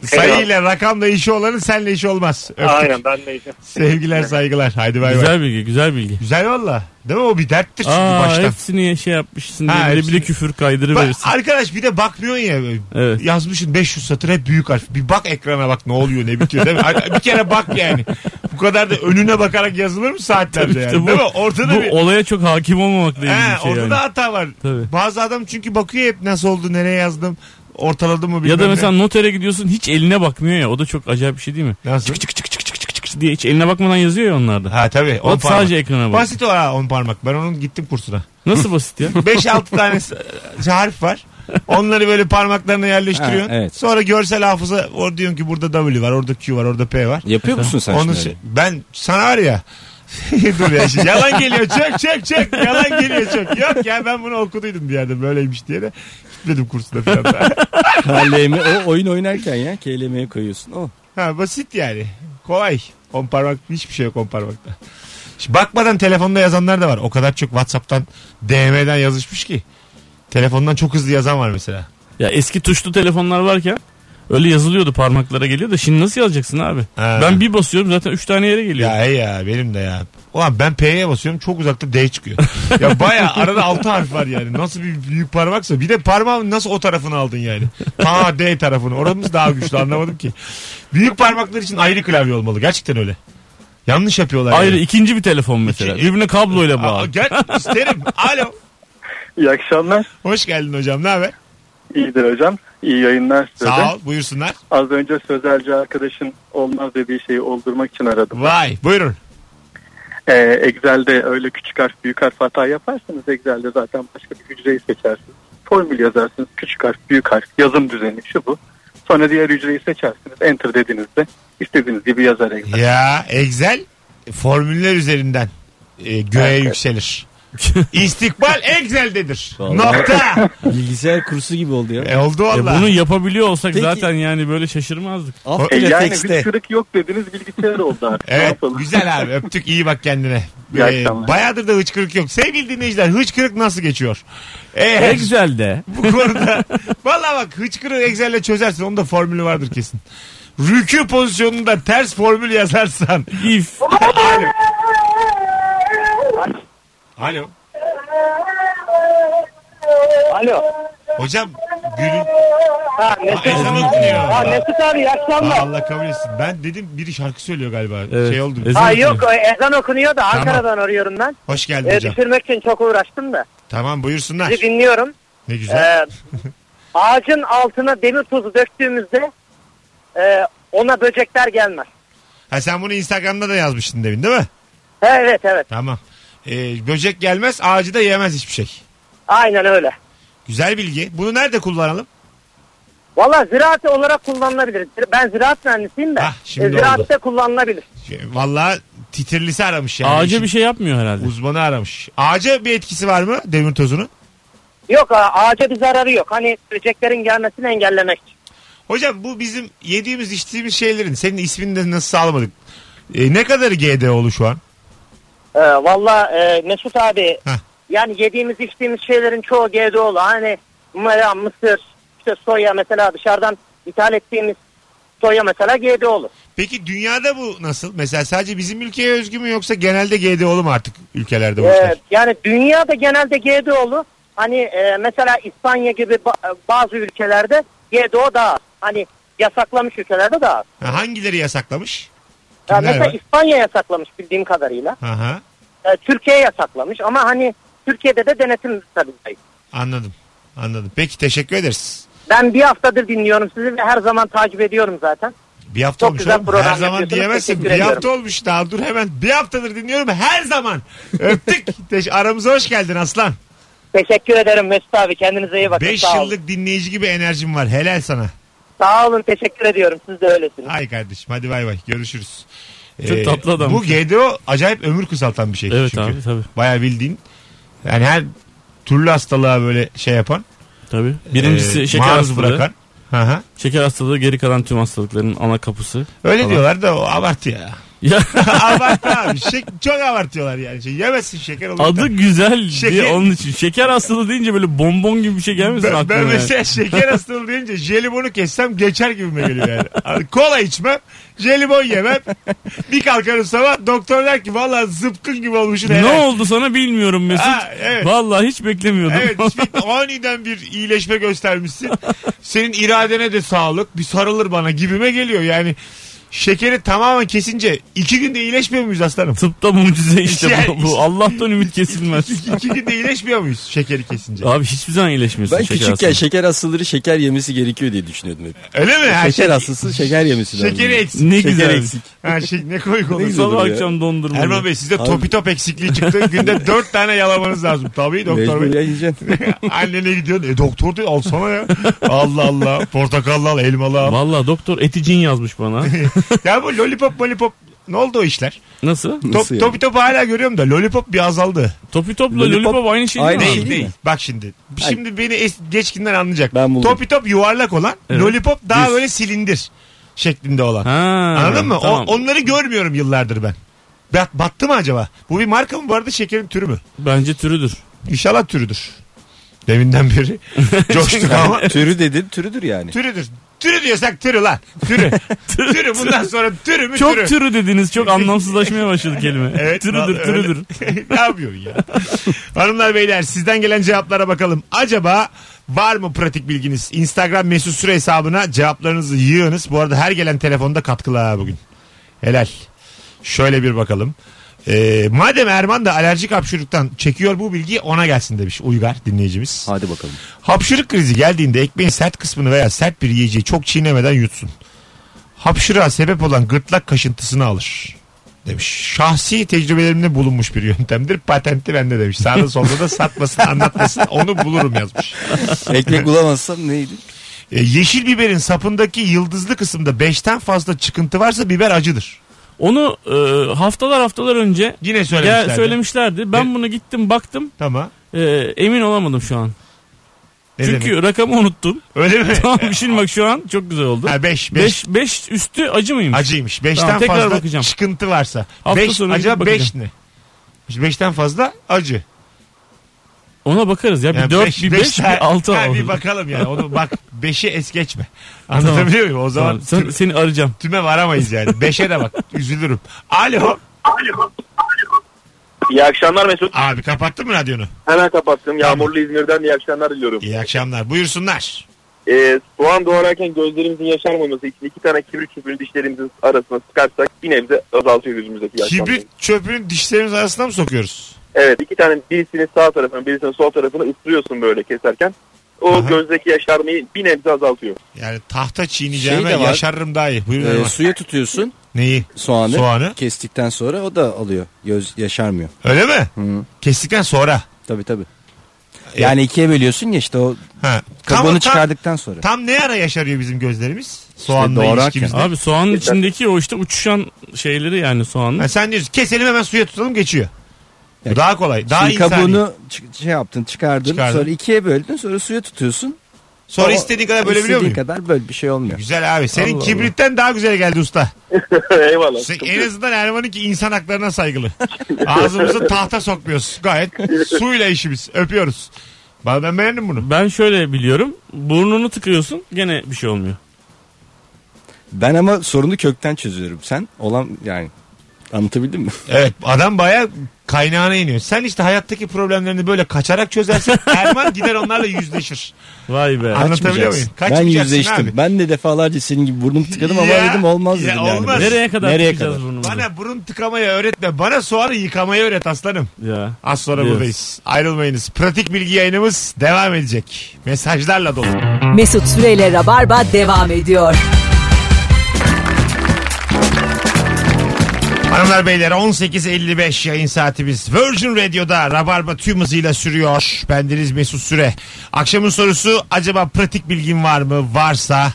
[SPEAKER 2] Sayıyla, rakamla işi olanın senle işi olmaz. Öptük.
[SPEAKER 10] Aynen ben de işte.
[SPEAKER 2] Sevgiler, saygılar. Haydi bay bay.
[SPEAKER 3] güzel bilgi, güzel bilgi.
[SPEAKER 2] Güzel valla. Değil mi? O bir derttir çünkü
[SPEAKER 3] Aa,
[SPEAKER 2] baştan.
[SPEAKER 3] hepsini şey yapmışsın
[SPEAKER 2] Ha,
[SPEAKER 3] diye bile
[SPEAKER 2] hepsini.
[SPEAKER 3] bile küfür
[SPEAKER 2] Bak,
[SPEAKER 3] kaydırıverirsin.
[SPEAKER 2] arkadaş bir de bakmıyorsun ya.
[SPEAKER 3] Evet.
[SPEAKER 2] Yazmışsın 500 satır hep büyük harf. Bir bak ekrana bak ne oluyor ne bitiyor değil mi? Ar- bir kere bak yani. Bu kadar da önüne bakarak yazılır mı saatlerde
[SPEAKER 3] Tabii
[SPEAKER 2] yani?
[SPEAKER 3] işte bu-
[SPEAKER 2] değil mi? Ortada
[SPEAKER 3] Bu
[SPEAKER 2] bir...
[SPEAKER 3] olaya çok hakim olmamak da ilgili
[SPEAKER 2] He,
[SPEAKER 3] bir şey
[SPEAKER 2] orada
[SPEAKER 3] yani.
[SPEAKER 2] da hata var.
[SPEAKER 3] Tabii.
[SPEAKER 2] Bazı adam çünkü bakıyor hep nasıl oldu, nereye yazdım, ortaladım mı bilmem
[SPEAKER 3] Ya da
[SPEAKER 2] ne.
[SPEAKER 3] mesela notere gidiyorsun hiç eline bakmıyor ya o da çok acayip bir şey değil mi?
[SPEAKER 2] Nasıl?
[SPEAKER 3] Çık çık çık çık çık çık çık diye hiç eline bakmadan yazıyor ya onlarda.
[SPEAKER 2] Ha tabii.
[SPEAKER 3] o
[SPEAKER 2] On parmak.
[SPEAKER 3] sadece ekrana bak.
[SPEAKER 2] Basit o ha on parmak. Ben onun gittim kursuna.
[SPEAKER 3] Nasıl basit ya?
[SPEAKER 2] 5-6 tane s- e, harf var. Onları böyle parmaklarına yerleştiriyorsun.
[SPEAKER 4] Ha, evet.
[SPEAKER 2] Sonra görsel hafıza or diyorsun ki burada W var, orada Q var, orada P var.
[SPEAKER 4] Yapıyor musun sen
[SPEAKER 2] Onu
[SPEAKER 4] şimdi
[SPEAKER 2] şey-
[SPEAKER 4] öyle?
[SPEAKER 2] ben sana var ya. Dur ya şimdi yalan geliyor çök çök çök yalan geliyor çök yok ya ben bunu okuduydum bir yerde böyleymiş diye de gitmedim kursuna falan da.
[SPEAKER 4] KLM E, o oyun oynarken ya KLM'ye E koyuyorsun. Oh, O.
[SPEAKER 2] Ha, basit yani kolay on parmak hiçbir şey yok on parmakta Şimdi bakmadan telefonda yazanlar da var o kadar çok Whatsapp'tan DM'den yazışmış ki telefondan çok hızlı yazan var mesela
[SPEAKER 3] ya eski tuşlu telefonlar varken öyle yazılıyordu parmaklara geliyor da şimdi nasıl yazacaksın abi?
[SPEAKER 2] Ha.
[SPEAKER 3] Ben bir basıyorum zaten 3 tane yere geliyor.
[SPEAKER 2] Ya hey ya benim de ya. Ulan ben P'ye basıyorum çok uzakta D çıkıyor. ya baya arada altı harf var yani. Nasıl bir büyük parmaksa. Bir de parmağın nasıl o tarafını aldın yani. Ha D tarafını. Oramız daha güçlü anlamadım ki. Büyük parmaklar için ayrı klavye olmalı. Gerçekten öyle. Yanlış yapıyorlar.
[SPEAKER 3] Ayrı
[SPEAKER 2] yani.
[SPEAKER 3] ikinci bir telefon mesela.
[SPEAKER 2] İki-
[SPEAKER 3] Birbirine kabloyla
[SPEAKER 2] Aa,
[SPEAKER 3] bağlı.
[SPEAKER 2] gel isterim. Alo.
[SPEAKER 8] İyi akşamlar.
[SPEAKER 2] Hoş geldin hocam. Ne haber?
[SPEAKER 8] İyidir hocam. İyi yayınlar size.
[SPEAKER 2] Sağ ol. Buyursunlar.
[SPEAKER 8] Az önce sözelci arkadaşın olmaz dediği şeyi oldurmak için aradım.
[SPEAKER 2] Vay. Buyurun.
[SPEAKER 8] Ee, Excel'de öyle küçük harf büyük harf hata yaparsanız Excel'de zaten başka bir hücreyi seçersiniz. Formül yazarsınız küçük harf büyük harf yazım düzeni şu bu. Sonra diğer hücreyi seçersiniz enter dediğinizde istediğiniz gibi yazar Excel.
[SPEAKER 2] Ya Excel formüller üzerinden e, göğe yükselir. İstikbal Excel'dedir.
[SPEAKER 4] Vallahi.
[SPEAKER 2] Nokta.
[SPEAKER 4] Bilgisayar kursu gibi oldu ya.
[SPEAKER 2] E oldu
[SPEAKER 3] Ya
[SPEAKER 2] valla.
[SPEAKER 3] bunu yapabiliyor olsak
[SPEAKER 4] Peki-
[SPEAKER 3] zaten yani böyle şaşırmazdık.
[SPEAKER 4] Af
[SPEAKER 2] E
[SPEAKER 4] bile
[SPEAKER 8] Yani
[SPEAKER 4] tekste.
[SPEAKER 8] bir kırık yok dediniz bilgisayar oldu artık. Ne
[SPEAKER 2] Evet
[SPEAKER 8] yapalım?
[SPEAKER 2] güzel abi öptük iyi bak kendine.
[SPEAKER 8] İyi
[SPEAKER 2] Ee,
[SPEAKER 8] akşamlar.
[SPEAKER 2] bayağıdır da hıçkırık yok. Sevgili dinleyiciler hıçkırık nasıl geçiyor? Eğer
[SPEAKER 3] E, güzel de.
[SPEAKER 2] bu konuda valla bak hıçkırığı Excel'le çözersin onun da formülü vardır kesin. Rükü pozisyonunda ters formül yazarsan.
[SPEAKER 3] If.
[SPEAKER 2] Alo. Alo.
[SPEAKER 10] Alo.
[SPEAKER 2] Hocam gülün.
[SPEAKER 10] Ha Mesut
[SPEAKER 2] Ezan
[SPEAKER 10] abi.
[SPEAKER 2] okunuyor.
[SPEAKER 10] Ha Mesut abi iyi akşamlar.
[SPEAKER 2] Allah kabul etsin. Ben dedim biri şarkı söylüyor galiba.
[SPEAKER 3] Evet.
[SPEAKER 2] Şey oldu.
[SPEAKER 3] Ezan
[SPEAKER 10] Ha
[SPEAKER 3] okunuyor.
[SPEAKER 10] yok ezan okunuyor da Ankara'dan arıyorum ben.
[SPEAKER 2] Hoş geldin
[SPEAKER 10] E,
[SPEAKER 2] hocam.
[SPEAKER 10] düşürmek için çok uğraştım da.
[SPEAKER 2] Tamam buyursunlar.
[SPEAKER 10] Sizi dinliyorum.
[SPEAKER 2] Ne
[SPEAKER 8] Ee-
[SPEAKER 2] güzel.
[SPEAKER 10] E, ağacın altına demir tozu döktüğümüzde e, ona böcekler gelmez.
[SPEAKER 2] Ha sen bunu Instagram'da da yazmıştın demin değil mi?
[SPEAKER 10] Evet evet.
[SPEAKER 2] Tamam. Ee, böcek gelmez ağacı da yemez hiçbir şey.
[SPEAKER 10] Aynen öyle.
[SPEAKER 2] Güzel bilgi. Bunu nerede kullanalım?
[SPEAKER 10] Valla ziraat olarak kullanılabilir. Ben ziraat mühendisiyim de.
[SPEAKER 2] Hah, Ah, şimdi
[SPEAKER 10] e, ziraatte kullanılabilir.
[SPEAKER 2] Şey, Vallahi titirlisi aramış yani.
[SPEAKER 3] Ağaca
[SPEAKER 2] İşin
[SPEAKER 3] bir şey yapmıyor herhalde.
[SPEAKER 2] Uzmanı aramış. Ağaca bir etkisi var mı demir tozunun?
[SPEAKER 10] Yok a- ağaca bir zararı yok. Hani böceklerin gelmesini engellemek için.
[SPEAKER 2] Hocam bu bizim yediğimiz içtiğimiz şeylerin senin ismini de nasıl sağlamadık? Ee, ne kadarı GDO'lu şu an?
[SPEAKER 10] E, Valla e, Mesut abi
[SPEAKER 2] Heh.
[SPEAKER 10] yani yediğimiz içtiğimiz şeylerin çoğu GDO'lu. Hani maya, mısır, işte soya mesela dışarıdan ithal ettiğimiz soya mesela GDO'lu.
[SPEAKER 2] Peki dünyada bu nasıl? Mesela sadece bizim ülkeye özgü mü yoksa genelde GDO'lu mu artık ülkelerde bu işler?
[SPEAKER 10] E, yani dünyada genelde GDO'lu. Hani e, mesela İspanya gibi ba- bazı ülkelerde GDO daha az. Hani yasaklamış ülkelerde daha az.
[SPEAKER 2] Ha, hangileri yasaklamış?
[SPEAKER 10] Ya
[SPEAKER 2] Kimler
[SPEAKER 10] mesela
[SPEAKER 2] var?
[SPEAKER 10] İspanya yasaklamış bildiğim kadarıyla.
[SPEAKER 2] Aha,
[SPEAKER 10] E, Türkiye yasaklamış ama hani Türkiye'de de denetim tabii. zayıf.
[SPEAKER 2] anladım. Anladım. Peki teşekkür ederiz.
[SPEAKER 10] Ben bir haftadır dinliyorum sizi ve her zaman takip ediyorum zaten.
[SPEAKER 2] Bir hafta
[SPEAKER 10] Çok
[SPEAKER 2] olmuş
[SPEAKER 10] güzel
[SPEAKER 2] oğlum.
[SPEAKER 10] program
[SPEAKER 2] Her zaman
[SPEAKER 10] yapıyorsunuz.
[SPEAKER 2] diyemezsin.
[SPEAKER 10] Teşekkür
[SPEAKER 2] Bir
[SPEAKER 10] ediyorum.
[SPEAKER 2] hafta olmuş daha dur hemen. Bir haftadır dinliyorum her zaman. Öptük. Teş- Aramıza hoş geldin aslan.
[SPEAKER 10] Teşekkür ederim Mesut abi. Kendinize iyi bakın.
[SPEAKER 2] 5
[SPEAKER 10] sağ olun.
[SPEAKER 2] yıllık dinleyici gibi enerjim var. Helal sana.
[SPEAKER 10] Sağ olun. Teşekkür ediyorum. Siz de öylesiniz.
[SPEAKER 2] Hay kardeşim hadi bay bay görüşürüz. Ee,
[SPEAKER 3] Çok tatlı adam.
[SPEAKER 2] Bu GDO acayip ömür kısaltan bir şey.
[SPEAKER 3] Evet
[SPEAKER 2] çünkü.
[SPEAKER 3] abi, tabii.
[SPEAKER 2] Bayağı bildiğin. Yani her türlü hastalığa böyle şey yapan.
[SPEAKER 3] Tabii. Birincisi
[SPEAKER 2] e,
[SPEAKER 3] şeker
[SPEAKER 2] maruz
[SPEAKER 3] hastalığı.
[SPEAKER 2] bırakan. Hı hı.
[SPEAKER 3] Şeker hastalığı geri kalan tüm hastalıkların ana kapısı.
[SPEAKER 2] Öyle
[SPEAKER 3] Falan.
[SPEAKER 2] diyorlar da o abartı ya.
[SPEAKER 3] Ya
[SPEAKER 2] abartı abi. Şek, çok abartıyorlar yani. Şey, yemezsin şeker olur.
[SPEAKER 3] adı güzel diye
[SPEAKER 2] Şeker-
[SPEAKER 3] onun için. Şeker hastalığı deyince böyle bonbon gibi bir şey gelmesin
[SPEAKER 2] ben,
[SPEAKER 3] aklına.
[SPEAKER 2] ben
[SPEAKER 3] yani.
[SPEAKER 2] mesela şeker hastalığı deyince jelibonu kessem geçer gibime geliyor yani. Abi Kola içmem, jelibon yemem. Bir kalkarım sabah doktor der ki valla zıpkın gibi olmuşsun.
[SPEAKER 3] Ne
[SPEAKER 2] helal."
[SPEAKER 3] oldu sana bilmiyorum Mesut.
[SPEAKER 2] Ha, evet.
[SPEAKER 3] Vallahi hiç beklemiyordum.
[SPEAKER 2] Evet hiçbir, aniden bir iyileşme göstermişsin. Senin iradene de sağlık bir sarılır bana gibime geliyor yani. Şekeri tamamen kesince iki günde iyileşmiyor muyuz aslanım?
[SPEAKER 3] Tıpta mucize işte
[SPEAKER 2] Yani
[SPEAKER 3] bu, bu.
[SPEAKER 2] işte-
[SPEAKER 3] Allah'tan ümit kesilmez.
[SPEAKER 2] İki, iki günde iyileşmiyor muyuz şekeri kesince?
[SPEAKER 3] Abi hiçbir zaman iyileşmiyorsun
[SPEAKER 4] Ben
[SPEAKER 3] şeker
[SPEAKER 4] küçükken
[SPEAKER 3] hastalığı.
[SPEAKER 2] şey
[SPEAKER 4] şeker hastaları şeker yemesi gerekiyor diye düşünüyordum hep.
[SPEAKER 2] Öyle mi? Ha,
[SPEAKER 4] şeker
[SPEAKER 2] şek-
[SPEAKER 4] hastası şeker yemesi lazım.
[SPEAKER 2] Şekeri eksik.
[SPEAKER 3] Ne
[SPEAKER 4] Şeker
[SPEAKER 3] güzel.
[SPEAKER 4] eksik.
[SPEAKER 2] Ha, şey, ne koyu konu.
[SPEAKER 4] Ne güzel
[SPEAKER 3] Sabah
[SPEAKER 4] olur ya.
[SPEAKER 3] akşam dondurma.
[SPEAKER 2] Erman Bey sizde
[SPEAKER 4] Abi-
[SPEAKER 2] topi top eksikliği çıktı. Günde dört tane yalamanız lazım. Tabii doktor
[SPEAKER 4] Mecbur
[SPEAKER 2] bey.
[SPEAKER 4] yiyeceksin.
[SPEAKER 2] Annene gidiyorsun. E doktor diyor alsana ya. Allah Allah. Portakallı al elmalı al.
[SPEAKER 3] Valla doktor eticin yazmış bana.
[SPEAKER 2] ya bu lollipop lollipop ne oldu o işler?
[SPEAKER 3] Nasıl?
[SPEAKER 2] Top,
[SPEAKER 4] Nasıl yani?
[SPEAKER 2] topi topu hala görüyorum da lollipop bir azaldı.
[SPEAKER 3] Topi topla
[SPEAKER 4] Lollipop-
[SPEAKER 3] lollipop aynı şey değil
[SPEAKER 4] Aynı
[SPEAKER 3] mi?
[SPEAKER 4] şey
[SPEAKER 3] abi?
[SPEAKER 2] Değil, değil.
[SPEAKER 4] mi?
[SPEAKER 2] Bak şimdi. Şimdi beni es- geçkinden anlayacak.
[SPEAKER 4] Ben buldum.
[SPEAKER 2] Topi top yuvarlak olan.
[SPEAKER 3] Evet.
[SPEAKER 2] Lollipop daha
[SPEAKER 4] Düz.
[SPEAKER 2] böyle silindir şeklinde olan.
[SPEAKER 3] Ha,
[SPEAKER 2] Anladın mı? O-
[SPEAKER 3] Tamam.
[SPEAKER 2] onları görmüyorum yıllardır ben. Bat, battı mı acaba? Bu bir marka mı bu arada şekerin türü mü?
[SPEAKER 3] Bence türüdür.
[SPEAKER 2] İnşallah türüdür. Deminden beri coştuk ama.
[SPEAKER 4] Türü dedin türüdür yani.
[SPEAKER 2] Türüdür. Türü diyorsak türü lan. Türü. türü bundan sonra türü mü
[SPEAKER 3] Çok
[SPEAKER 2] türü.
[SPEAKER 3] türü dediniz. Çok anlamsızlaşmaya başladı kelime.
[SPEAKER 2] Evet,
[SPEAKER 3] türüdür,
[SPEAKER 2] vallahi
[SPEAKER 3] türüdür.
[SPEAKER 2] öyle. ne yapıyorsun ya? Hanımlar beyler sizden gelen cevaplara bakalım. Acaba var mı pratik bilginiz? Instagram mesut süre hesabına cevaplarınızı yığınız. Bu arada her gelen telefonda katkılar ha bugün. Helal. Şöyle bir bakalım. Ee, madem Erman da alerjik hapşuruktan çekiyor bu bilgi ona gelsin demiş Uygar dinleyicimiz.
[SPEAKER 4] Hadi bakalım.
[SPEAKER 2] Hapşırık krizi geldiğinde ekmeğin sert kısmını veya sert bir yiyeceği çok çiğnemeden yutsun. Hapşırığa sebep olan gırtlak kaşıntısını alır. Demiş. Şahsi tecrübelerimde bulunmuş bir yöntemdir. Patentli bende demiş. Sağda solda da satmasın anlatmasın onu bulurum yazmış.
[SPEAKER 4] Ekmek bulamazsam neydi?
[SPEAKER 2] E, yeşil biberin sapındaki yıldızlı kısımda 5'ten fazla çıkıntı varsa biber acıdır.
[SPEAKER 3] Onu e, haftalar haftalar önce
[SPEAKER 2] Yine söylemişler.
[SPEAKER 3] gel, söylemişlerdi. Ben bunu gittim baktım.
[SPEAKER 2] Tamam.
[SPEAKER 3] E, emin olamadım şu an.
[SPEAKER 2] Ne
[SPEAKER 3] Çünkü
[SPEAKER 2] demek?
[SPEAKER 3] rakamı unuttum.
[SPEAKER 2] Öyle mi?
[SPEAKER 3] tamam şimdi bak şu an çok güzel oldu.
[SPEAKER 2] Ha 5 5
[SPEAKER 3] 5 5 üstü acı mıymış?
[SPEAKER 2] acıymış. 5'ten
[SPEAKER 3] Tamam, tekrar
[SPEAKER 2] fazla
[SPEAKER 3] bakacağım.
[SPEAKER 2] çıkıntı varsa.
[SPEAKER 3] Hafta
[SPEAKER 2] 5
[SPEAKER 3] sonu
[SPEAKER 2] acaba
[SPEAKER 3] gidip
[SPEAKER 2] 5 ne? 5'ten fazla acı.
[SPEAKER 3] Ona bakarız ya. Bir
[SPEAKER 2] Yani
[SPEAKER 3] 4
[SPEAKER 2] beş-
[SPEAKER 3] bir 5
[SPEAKER 2] beşler-
[SPEAKER 3] bir 6
[SPEAKER 2] Ha, Bir
[SPEAKER 3] alalım.
[SPEAKER 2] bakalım yani. Onu bak 5'i es geçme. Anlatabiliyor muyum? O zaman
[SPEAKER 3] Tamam, sen-
[SPEAKER 2] tü-
[SPEAKER 3] seni arayacağım.
[SPEAKER 2] tüme varamayız yani. 5'e de bak. Üzülürüm. Alo.
[SPEAKER 6] İyi akşamlar Mesut.
[SPEAKER 2] Abi kapattın mı radyonu?
[SPEAKER 6] Hemen kapattım. Yağmurlu İzmir'den iyi akşamlar diliyorum.
[SPEAKER 2] İyi akşamlar. Buyursunlar.
[SPEAKER 6] Ee, soğan doğrarken gözlerimizin yaşarmaması için iki tane kibrit çöpünü dişlerimizin arasına sıkarsak bir nebze azaltıyor yüzümüzdeki yaşlanmayı.
[SPEAKER 2] Kibrit çöpünü dişlerimiz arasına mı sokuyoruz?
[SPEAKER 6] Evet iki tane birisini sağ tarafına birisini sol tarafına ısırıyorsun böyle keserken. O
[SPEAKER 2] Aha.
[SPEAKER 6] gözdeki yaşarmayı bir nebze azaltıyor.
[SPEAKER 2] Yani tahta çiğneyeceğime
[SPEAKER 4] Şey de var.
[SPEAKER 2] yaşarırım daha iyi. Buyurun
[SPEAKER 4] Ee,
[SPEAKER 2] Erman.
[SPEAKER 4] suya tutuyorsun
[SPEAKER 2] Neyi?
[SPEAKER 4] soğanı,
[SPEAKER 2] Soğanı.
[SPEAKER 4] kestikten sonra o da alıyor. Göz yaşarmıyor.
[SPEAKER 2] Öyle mi?
[SPEAKER 4] Hı.
[SPEAKER 2] Kestikten sonra.
[SPEAKER 4] Tabii tabii. Yani ikiye bölüyorsun ya işte o
[SPEAKER 2] Ha. E, Tam,
[SPEAKER 4] kabuğunu
[SPEAKER 2] tam,
[SPEAKER 4] çıkardıktan sonra.
[SPEAKER 2] tam ne ara yaşarıyor bizim gözlerimiz? Soğanla
[SPEAKER 4] doğrarken.
[SPEAKER 2] ilişkimizde.
[SPEAKER 3] Abi soğanın içindeki o işte uçuşan şeyleri yani soğanın.
[SPEAKER 2] Ha, sen diyorsun keselim hemen suya tutalım geçiyor. Bu
[SPEAKER 4] Ya,
[SPEAKER 2] daha kolay. Daha
[SPEAKER 4] Şimdi
[SPEAKER 2] insani.
[SPEAKER 4] kabuğunu çı- şey yaptın çıkardın,
[SPEAKER 2] Çıkardın.
[SPEAKER 4] sonra ikiye böldün sonra suya tutuyorsun.
[SPEAKER 2] Sonra
[SPEAKER 4] O-
[SPEAKER 2] istediğin kadar bölebiliyor
[SPEAKER 4] istediğin
[SPEAKER 2] muyum?
[SPEAKER 4] kadar böl bir şey olmuyor.
[SPEAKER 2] Güzel abi. Senin
[SPEAKER 3] Allah
[SPEAKER 2] kibritten daha güzel geldi usta.
[SPEAKER 6] Eyvallah.
[SPEAKER 2] Sen- en azından Erman'ın ki insan haklarına saygılı. Ağzımızı tahta sokmuyoruz. Gayet suyla işimiz. Öpüyoruz. Ben, ben beğendim bunu.
[SPEAKER 3] Ben şöyle biliyorum. Burnunu tıkıyorsun gene bir şey olmuyor.
[SPEAKER 4] Ben ama sorunu kökten çözüyorum. Sen olan yani anlatabildim mi?
[SPEAKER 2] Evet adam baya kaynağına iniyor. Sen işte hayattaki problemlerini böyle kaçarak çözersin. Erman gider onlarla yüzleşir.
[SPEAKER 3] Vay be.
[SPEAKER 2] Anlatabiliyor
[SPEAKER 4] Kaçmayacaksın.
[SPEAKER 2] muyum?
[SPEAKER 4] Ben
[SPEAKER 2] Kaçmayacaksın
[SPEAKER 4] yüzleştim.
[SPEAKER 2] abi.
[SPEAKER 4] Ben de defalarca senin gibi burnumu tıkadım ama
[SPEAKER 2] Ya,
[SPEAKER 4] dedim olmaz
[SPEAKER 2] ya
[SPEAKER 4] dedim yani.
[SPEAKER 2] olmaz.
[SPEAKER 3] Nereye kadar
[SPEAKER 4] Nereye
[SPEAKER 3] tıkayacağız
[SPEAKER 4] kadar?
[SPEAKER 3] burnumuzu?
[SPEAKER 2] Bana burun tıkamayı öğretme. Bana soğanı yıkamayı öğret aslanım.
[SPEAKER 3] Ya.
[SPEAKER 2] Az sonra
[SPEAKER 3] Biliyoruz.
[SPEAKER 2] buradayız. Ayrılmayınız. Pratik bilgi yayınımız devam edecek. Mesajlarla dolu.
[SPEAKER 1] Mesut Süreyle Rabarba devam ediyor.
[SPEAKER 2] Hanımlar beyler 18.55 yayın saatimiz Virgin Radio'da Rabarba tüm hızıyla sürüyor. Bendeniz Mesut Süre. Akşamın sorusu acaba pratik bilgin var mı? Varsa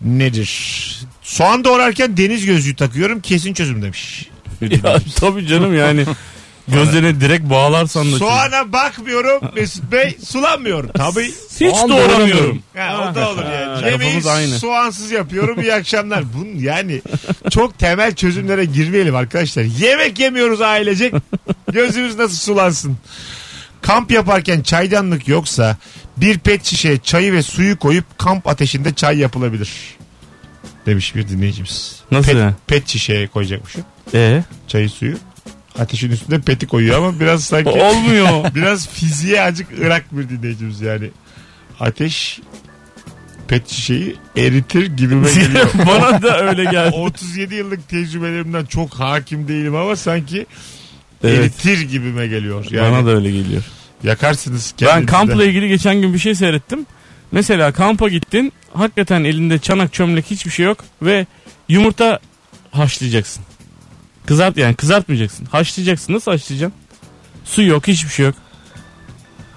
[SPEAKER 2] nedir? Soğan doğrarken deniz gözlüğü takıyorum kesin çözüm demiş.
[SPEAKER 3] Ya, tabii canım yani. Gözlerine direkt bağlarsan da.
[SPEAKER 2] Soğana bakmıyorum Mesut Bey sulanmıyorum. Tabii.
[SPEAKER 3] Hiç
[SPEAKER 4] Soğan
[SPEAKER 3] doğramıyorum.
[SPEAKER 4] doğramıyorum.
[SPEAKER 2] Ha, o da olur
[SPEAKER 3] Ha,
[SPEAKER 2] yani. Yemeği
[SPEAKER 3] Kafamız aynı.
[SPEAKER 2] soğansız yapıyorum. İyi akşamlar. Bunun yani çok temel çözümlere girmeyelim arkadaşlar. Yemek yemiyoruz ailecek. Gözümüz nasıl sulansın? Kamp yaparken çaydanlık yoksa bir pet şişeye çayı ve suyu koyup kamp ateşinde çay yapılabilir. Demiş bir dinleyicimiz.
[SPEAKER 3] Nasıl
[SPEAKER 2] pet,
[SPEAKER 3] yani?
[SPEAKER 2] pet şişeye koyacakmışım.
[SPEAKER 4] E?
[SPEAKER 3] Ee?
[SPEAKER 2] Çayı suyu. Ateşin üstünde peti koyuyor ama biraz sanki...
[SPEAKER 3] Olmuyor.
[SPEAKER 2] Biraz fiziğe acık ırak bir dinleyicimiz yani. Ateş pet şişeyi eritir gibime geliyor.
[SPEAKER 3] Bana da öyle geldi.
[SPEAKER 2] 37 yıllık tecrübelerimden çok hakim değilim ama sanki
[SPEAKER 3] Evet.
[SPEAKER 2] eritir gibime geliyor. Yani
[SPEAKER 3] Bana da öyle geliyor.
[SPEAKER 2] yakarsınız
[SPEAKER 3] Ben
[SPEAKER 2] kendinizi
[SPEAKER 3] kampla
[SPEAKER 2] de.
[SPEAKER 3] ilgili geçen gün bir şey seyrettim. Mesela kampa gittin. Hakikaten elinde çanak çömlek hiçbir şey yok ve yumurta haşlayacaksın. Kızart yani kızartmayacaksın. Haşlayacaksın. Nasıl haşlayacaksın? Su yok, hiçbir şey yok.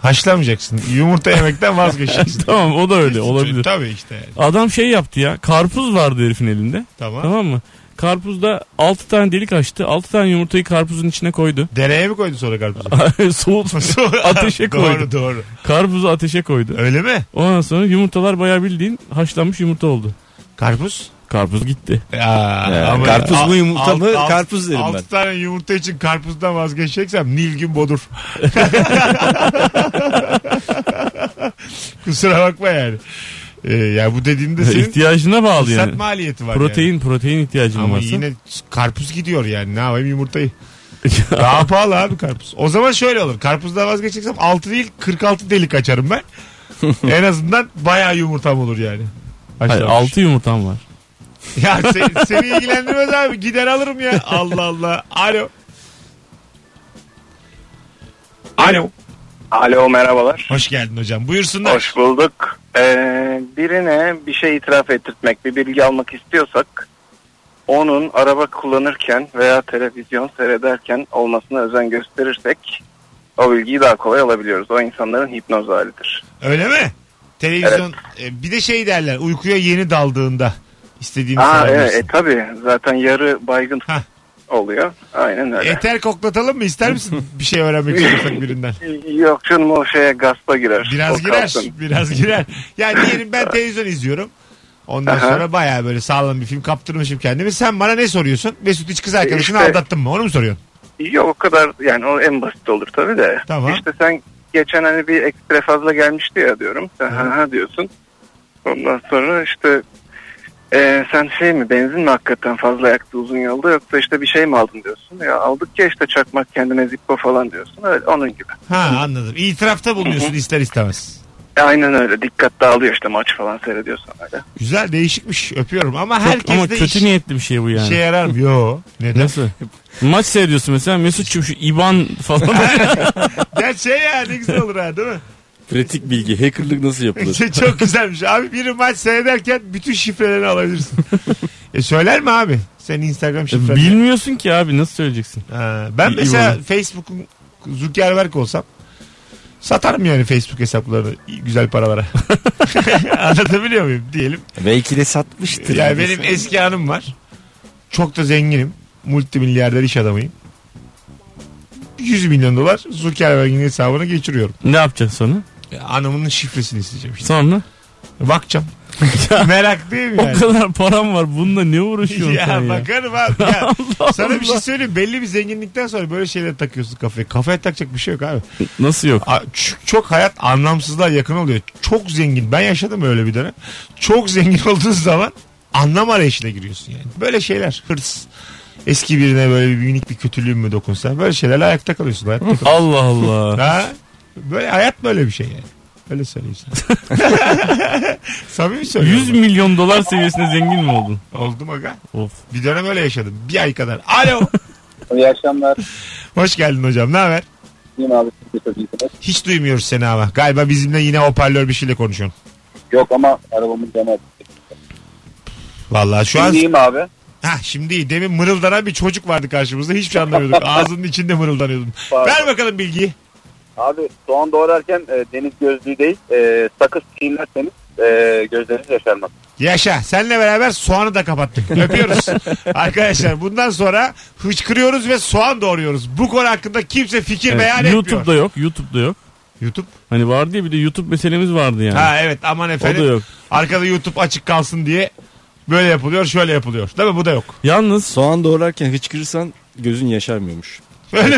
[SPEAKER 2] haşlamayacaksın. Yumurta yemekten vazgeçeceksin.
[SPEAKER 3] Tamam, o da öyle
[SPEAKER 2] şey
[SPEAKER 3] olabilir.
[SPEAKER 2] Tabii işte. yani.
[SPEAKER 3] Adam şey yaptı ya. Karpuz vardı herifin elinde.
[SPEAKER 2] Tamam.
[SPEAKER 3] Tamam mı? Karpuzda 6 tane delik açtı. 6 tane yumurtayı karpuzun içine koydu.
[SPEAKER 2] Dereye mi koydun sonra karpuzu?
[SPEAKER 3] Soğutmuş. Ateşe koydu.
[SPEAKER 2] Doğru doğru.
[SPEAKER 3] Karpuzu ateşe koydu.
[SPEAKER 2] Öyle mi?
[SPEAKER 3] Ondan sonra yumurtalar bayağı bildiğin haşlanmış yumurta oldu.
[SPEAKER 2] Karpuz?
[SPEAKER 3] Karpuz gitti.
[SPEAKER 2] Ya,
[SPEAKER 4] Ya,
[SPEAKER 2] ama-
[SPEAKER 4] Ee, karpuz
[SPEAKER 2] Al-
[SPEAKER 4] mu yumurta
[SPEAKER 2] al-
[SPEAKER 4] mı?
[SPEAKER 2] al-
[SPEAKER 4] Karpuz derim
[SPEAKER 2] altı
[SPEAKER 4] ben.
[SPEAKER 2] tane yumurta için karpuzdan vazgeçeceksem Nilgün Bodur. Kusura bakma yani. Ee, ya bu dediğimde senin
[SPEAKER 3] İhtiyacına bağlı
[SPEAKER 2] fırsat
[SPEAKER 3] yani.
[SPEAKER 2] maliyeti var.
[SPEAKER 3] Protein
[SPEAKER 2] yani.
[SPEAKER 3] protein ihtiyacın
[SPEAKER 2] Ama
[SPEAKER 3] varsa.
[SPEAKER 2] yine karpuz gidiyor yani. Ne yapayım yumurtayı? Daha pahalı abi karpuz. O zaman şöyle olur. Karpuzdan vazgeçeceksem 6 değil 46 delik açarım ben. en azından bayağı yumurtam olur yani.
[SPEAKER 3] Hayır,
[SPEAKER 2] Haşlanmış.
[SPEAKER 3] 6 yumurtam var.
[SPEAKER 2] Ya se- seni ilgilendirmez abi. Gider alırım ya. Allah Allah. Alo. Alo.
[SPEAKER 7] Alo merhabalar.
[SPEAKER 2] Hoş geldin hocam. Buyursunlar.
[SPEAKER 7] Hoş bulduk. Ee, birine bir şey itiraf ettirtmek, bir bilgi almak istiyorsak onun araba kullanırken veya televizyon seyrederken olmasına özen gösterirsek o bilgiyi daha kolay alabiliyoruz. O insanların hipnoz halidir.
[SPEAKER 2] Öyle mi? Televizyon. e, bir de şey derler. Uykuya yeni daldığında istediğini
[SPEAKER 7] Aa evet
[SPEAKER 2] sorabilirsin.
[SPEAKER 7] e, tabii zaten yarı baygın
[SPEAKER 2] Hah.
[SPEAKER 7] oluyor. Aynen öyle.
[SPEAKER 2] Eter koklatalım mı? İster misin bir şey öğrenmek istiyorsak birinden?
[SPEAKER 7] Yok canım o şeye gaspa girer.
[SPEAKER 2] Biraz
[SPEAKER 7] O
[SPEAKER 2] girer.
[SPEAKER 7] kalsın.
[SPEAKER 2] Biraz girer. Yani diyelim ben televizyon izliyorum. Ondan
[SPEAKER 7] Aha.
[SPEAKER 2] sonra bayağı böyle sağlam bir film kaptırmışım kendimi. Sen bana ne soruyorsun? Mesut hiç kız arkadaşını
[SPEAKER 7] İşte-
[SPEAKER 2] aldattın mı? Onu mu soruyorsun?
[SPEAKER 7] Yok o kadar yani o en basit olur tabii de.
[SPEAKER 2] Tamam.
[SPEAKER 7] İşte sen geçen hani bir ekstra fazla gelmişti ya diyorum. Sen ha ha diyorsun. Ondan sonra işte e, sen şey mi benzin mi hakikaten fazla yaktı uzun yolda yoksa işte bir şey mi aldın diyorsun. Ya aldık ya işte çakmak kendine zippo falan diyorsun. Öyle onun gibi.
[SPEAKER 2] Ha anladım. İtirafta bulunuyorsun ister istemez.
[SPEAKER 7] E, aynen öyle dikkat dağılıyor işte maç falan seyrediyorsan öyle.
[SPEAKER 2] Güzel değişikmiş öpüyorum ama
[SPEAKER 3] Çok-
[SPEAKER 2] herkes
[SPEAKER 3] ama
[SPEAKER 2] de
[SPEAKER 3] kötü
[SPEAKER 2] iş-
[SPEAKER 3] niyetli bir şey bu yani.
[SPEAKER 2] işe yarar mı? Yo. Neden?
[SPEAKER 3] Nasıl? Maç seyrediyorsun mesela Mesut'cum şu İban falan.
[SPEAKER 2] ya şey ya ne güzel olur ha değil mi?
[SPEAKER 4] Pratik bilgi. Hackerlık nasıl yapılır?
[SPEAKER 2] Şey çok güzelmiş. Abi biri maç seyrederken bütün şifrelerini alabilirsin. e söyler mi abi? Senin Instagram şifreni.
[SPEAKER 3] Bilmiyorsun ki abi nasıl söyleyeceksin?
[SPEAKER 2] Ha, ben
[SPEAKER 3] E, İyi
[SPEAKER 2] mesela
[SPEAKER 3] olur.
[SPEAKER 2] Facebook'un Zuckerberg olsam satarım yani Facebook hesaplarını güzel paralara. Anlatabiliyor muyum diyelim.
[SPEAKER 4] Belki de satmıştır.
[SPEAKER 2] Yani benim eski hanım var. Çok da zenginim. Multimilyarder iş adamıyım. 100 milyon dolar Zuckerberg'in hesabına geçiriyorum.
[SPEAKER 3] Ne yapacaksın sonra?
[SPEAKER 2] E, Hanımının şifresini isteyeceğim işte.
[SPEAKER 3] Sonra?
[SPEAKER 2] Bakacağım. Meraklıyım yani.
[SPEAKER 3] O kadar param var bununla ne uğraşıyorsun
[SPEAKER 2] şey Ya
[SPEAKER 3] sen ya?
[SPEAKER 2] bakarım abi. Ya, sana bir şey
[SPEAKER 3] Allah.
[SPEAKER 2] söyleyeyim. Belli bir zenginlikten sonra böyle şeyler takıyorsun kafaya. Kafaya takacak bir şey yok abi.
[SPEAKER 3] Nasıl yok?
[SPEAKER 2] A- ç- Çok hayat anlamsızlığa yakın oluyor. Çok zengin. Ben yaşadım öyle bir dönem. Çok zengin olduğun zaman anlam arayışına giriyorsun yani. Böyle şeyler. Hırs. Eski birine böyle bir minik bir kötülüğün mü dokunsa. Böyle şeylerle ayakta kalıyorsun. Hayatta kalıyorsun.
[SPEAKER 3] Allah Allah.
[SPEAKER 2] ha? Böyle hayat böyle bir şey yani. Öyle söyleyeyim sana. Samimi söylüyorum.
[SPEAKER 3] 100 milyon dolar seviyesinde zengin mi oldun?
[SPEAKER 2] Oldum aga.
[SPEAKER 3] Of.
[SPEAKER 2] Bir dönem öyle yaşadım. Bir ay kadar. Alo.
[SPEAKER 5] İyi akşamlar.
[SPEAKER 2] Hoş geldin hocam. Ne haber?
[SPEAKER 5] İyiyim abi. siz de çok iyisiniz.
[SPEAKER 2] Hiç duymuyoruz seni ama. Galiba bizimle yine hoparlör bir şeyle konuşuyorsun.
[SPEAKER 5] Yok ama arabamın camı açık.
[SPEAKER 2] Vallahi şu an...
[SPEAKER 5] İyiyim abi.
[SPEAKER 2] Ha şimdi iyi. Demin mırıldanan bir çocuk vardı karşımızda. Hiçbir şey anlamıyorduk. Ağzının içinde mırıldanıyordum.
[SPEAKER 5] Pardon.
[SPEAKER 2] Ver bakalım bilgiyi.
[SPEAKER 5] Abi soğan doğrarken e, deniz gözlüğü değil e, sakız çiğnerseniz e, gözleriniz yaşarmaz.
[SPEAKER 2] Yaşa. Seninle beraber soğanı da kapattık. Öpüyoruz. Arkadaşlar bundan sonra hıçkırıyoruz ve soğan doğruyoruz. Bu konu hakkında kimse fikir
[SPEAKER 3] Evet,
[SPEAKER 2] beyan etmiyor.
[SPEAKER 3] YouTube'da yok. YouTube'da yok.
[SPEAKER 2] YouTube.
[SPEAKER 3] Hani vardı ya bir de YouTube meselemiz vardı yani.
[SPEAKER 2] Ha evet aman
[SPEAKER 3] o
[SPEAKER 2] efendim.
[SPEAKER 3] da yok.
[SPEAKER 2] Arkada YouTube açık kalsın diye böyle yapılıyor, şöyle yapılıyor. Değil mi? Bu da yok.
[SPEAKER 3] Yalnız
[SPEAKER 4] Soğan doğrarken hıçkırırsan gözün yaşarmıyormuş.
[SPEAKER 2] Öyle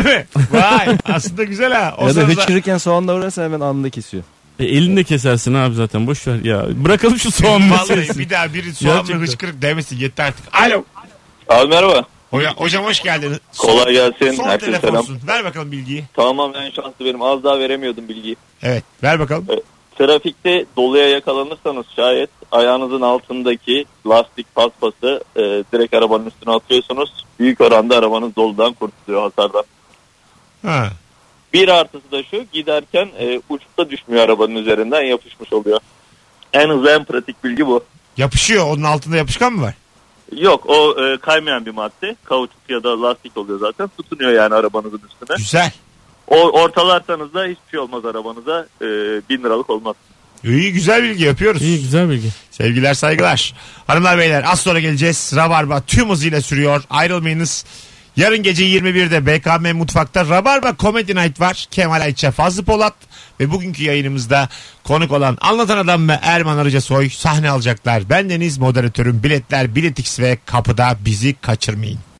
[SPEAKER 2] mi? Vay. Aslında güzel ha. O
[SPEAKER 4] ya da
[SPEAKER 2] sırada-
[SPEAKER 4] hıçkırırken soğan doğrarsan hemen anında kesiyor.
[SPEAKER 3] e, elini de kesersin abi zaten boş ver ya. Bırakalım şu soğan
[SPEAKER 2] Vallahi
[SPEAKER 3] meselesini.
[SPEAKER 2] bir daha biri soğanla
[SPEAKER 3] Gerçekten.
[SPEAKER 2] hıçkırık demesin yeter artık. Alo.
[SPEAKER 11] Abi merhaba.
[SPEAKER 2] Hoca, hocam hoş geldin. Son-
[SPEAKER 11] Kolay gelsin.
[SPEAKER 2] Son
[SPEAKER 11] Herkese selam.
[SPEAKER 2] telefonsun. Ver bakalım bilgiyi.
[SPEAKER 11] Tamamen şanslı benim. Az daha veremiyordum bilgiyi.
[SPEAKER 2] Evet ver bakalım.
[SPEAKER 11] Trafikte doluya yakalanırsanız şayet ayağınızın altındaki lastik paspası e, direkt arabanın üstüne atıyorsunuz. Büyük oranda arabanız doludan kurtuluyor hasardan.
[SPEAKER 2] Ha.
[SPEAKER 11] Bir artısı da şu giderken e, uçta düşmüyor arabanın üzerinden yapışmış oluyor. En hızlı en pratik bilgi bu.
[SPEAKER 2] Yapışıyor. Onun altında yapışkan mı var?
[SPEAKER 11] Yok o e, kaymayan bir madde. Kauçuk ya da lastik oluyor zaten. Tutunuyor yani arabanızın üstüne.
[SPEAKER 2] Güzel.
[SPEAKER 11] O, ortalarsanız da hiçbir şey olmaz arabanıza. E, bin liralık olmaz.
[SPEAKER 2] İyi güzel bilgi yapıyoruz.
[SPEAKER 3] İyi güzel bilgi.
[SPEAKER 2] Sevgiler saygılar. Hanımlar beyler az sonra geleceğiz. Rabarba tüm hızıyla sürüyor. Ayrılmayınız. Yarın gece 21'de BKM Mutfak'ta Rabarba Comedy Night var. Kemal Ayça, Fazlı Polat ve bugünkü yayınımızda konuk olan Anlatan Adam ve Erman Arıca Soy sahne alacaklar. Ben Deniz moderatörüm. Biletler, biletix ve kapıda bizi kaçırmayın.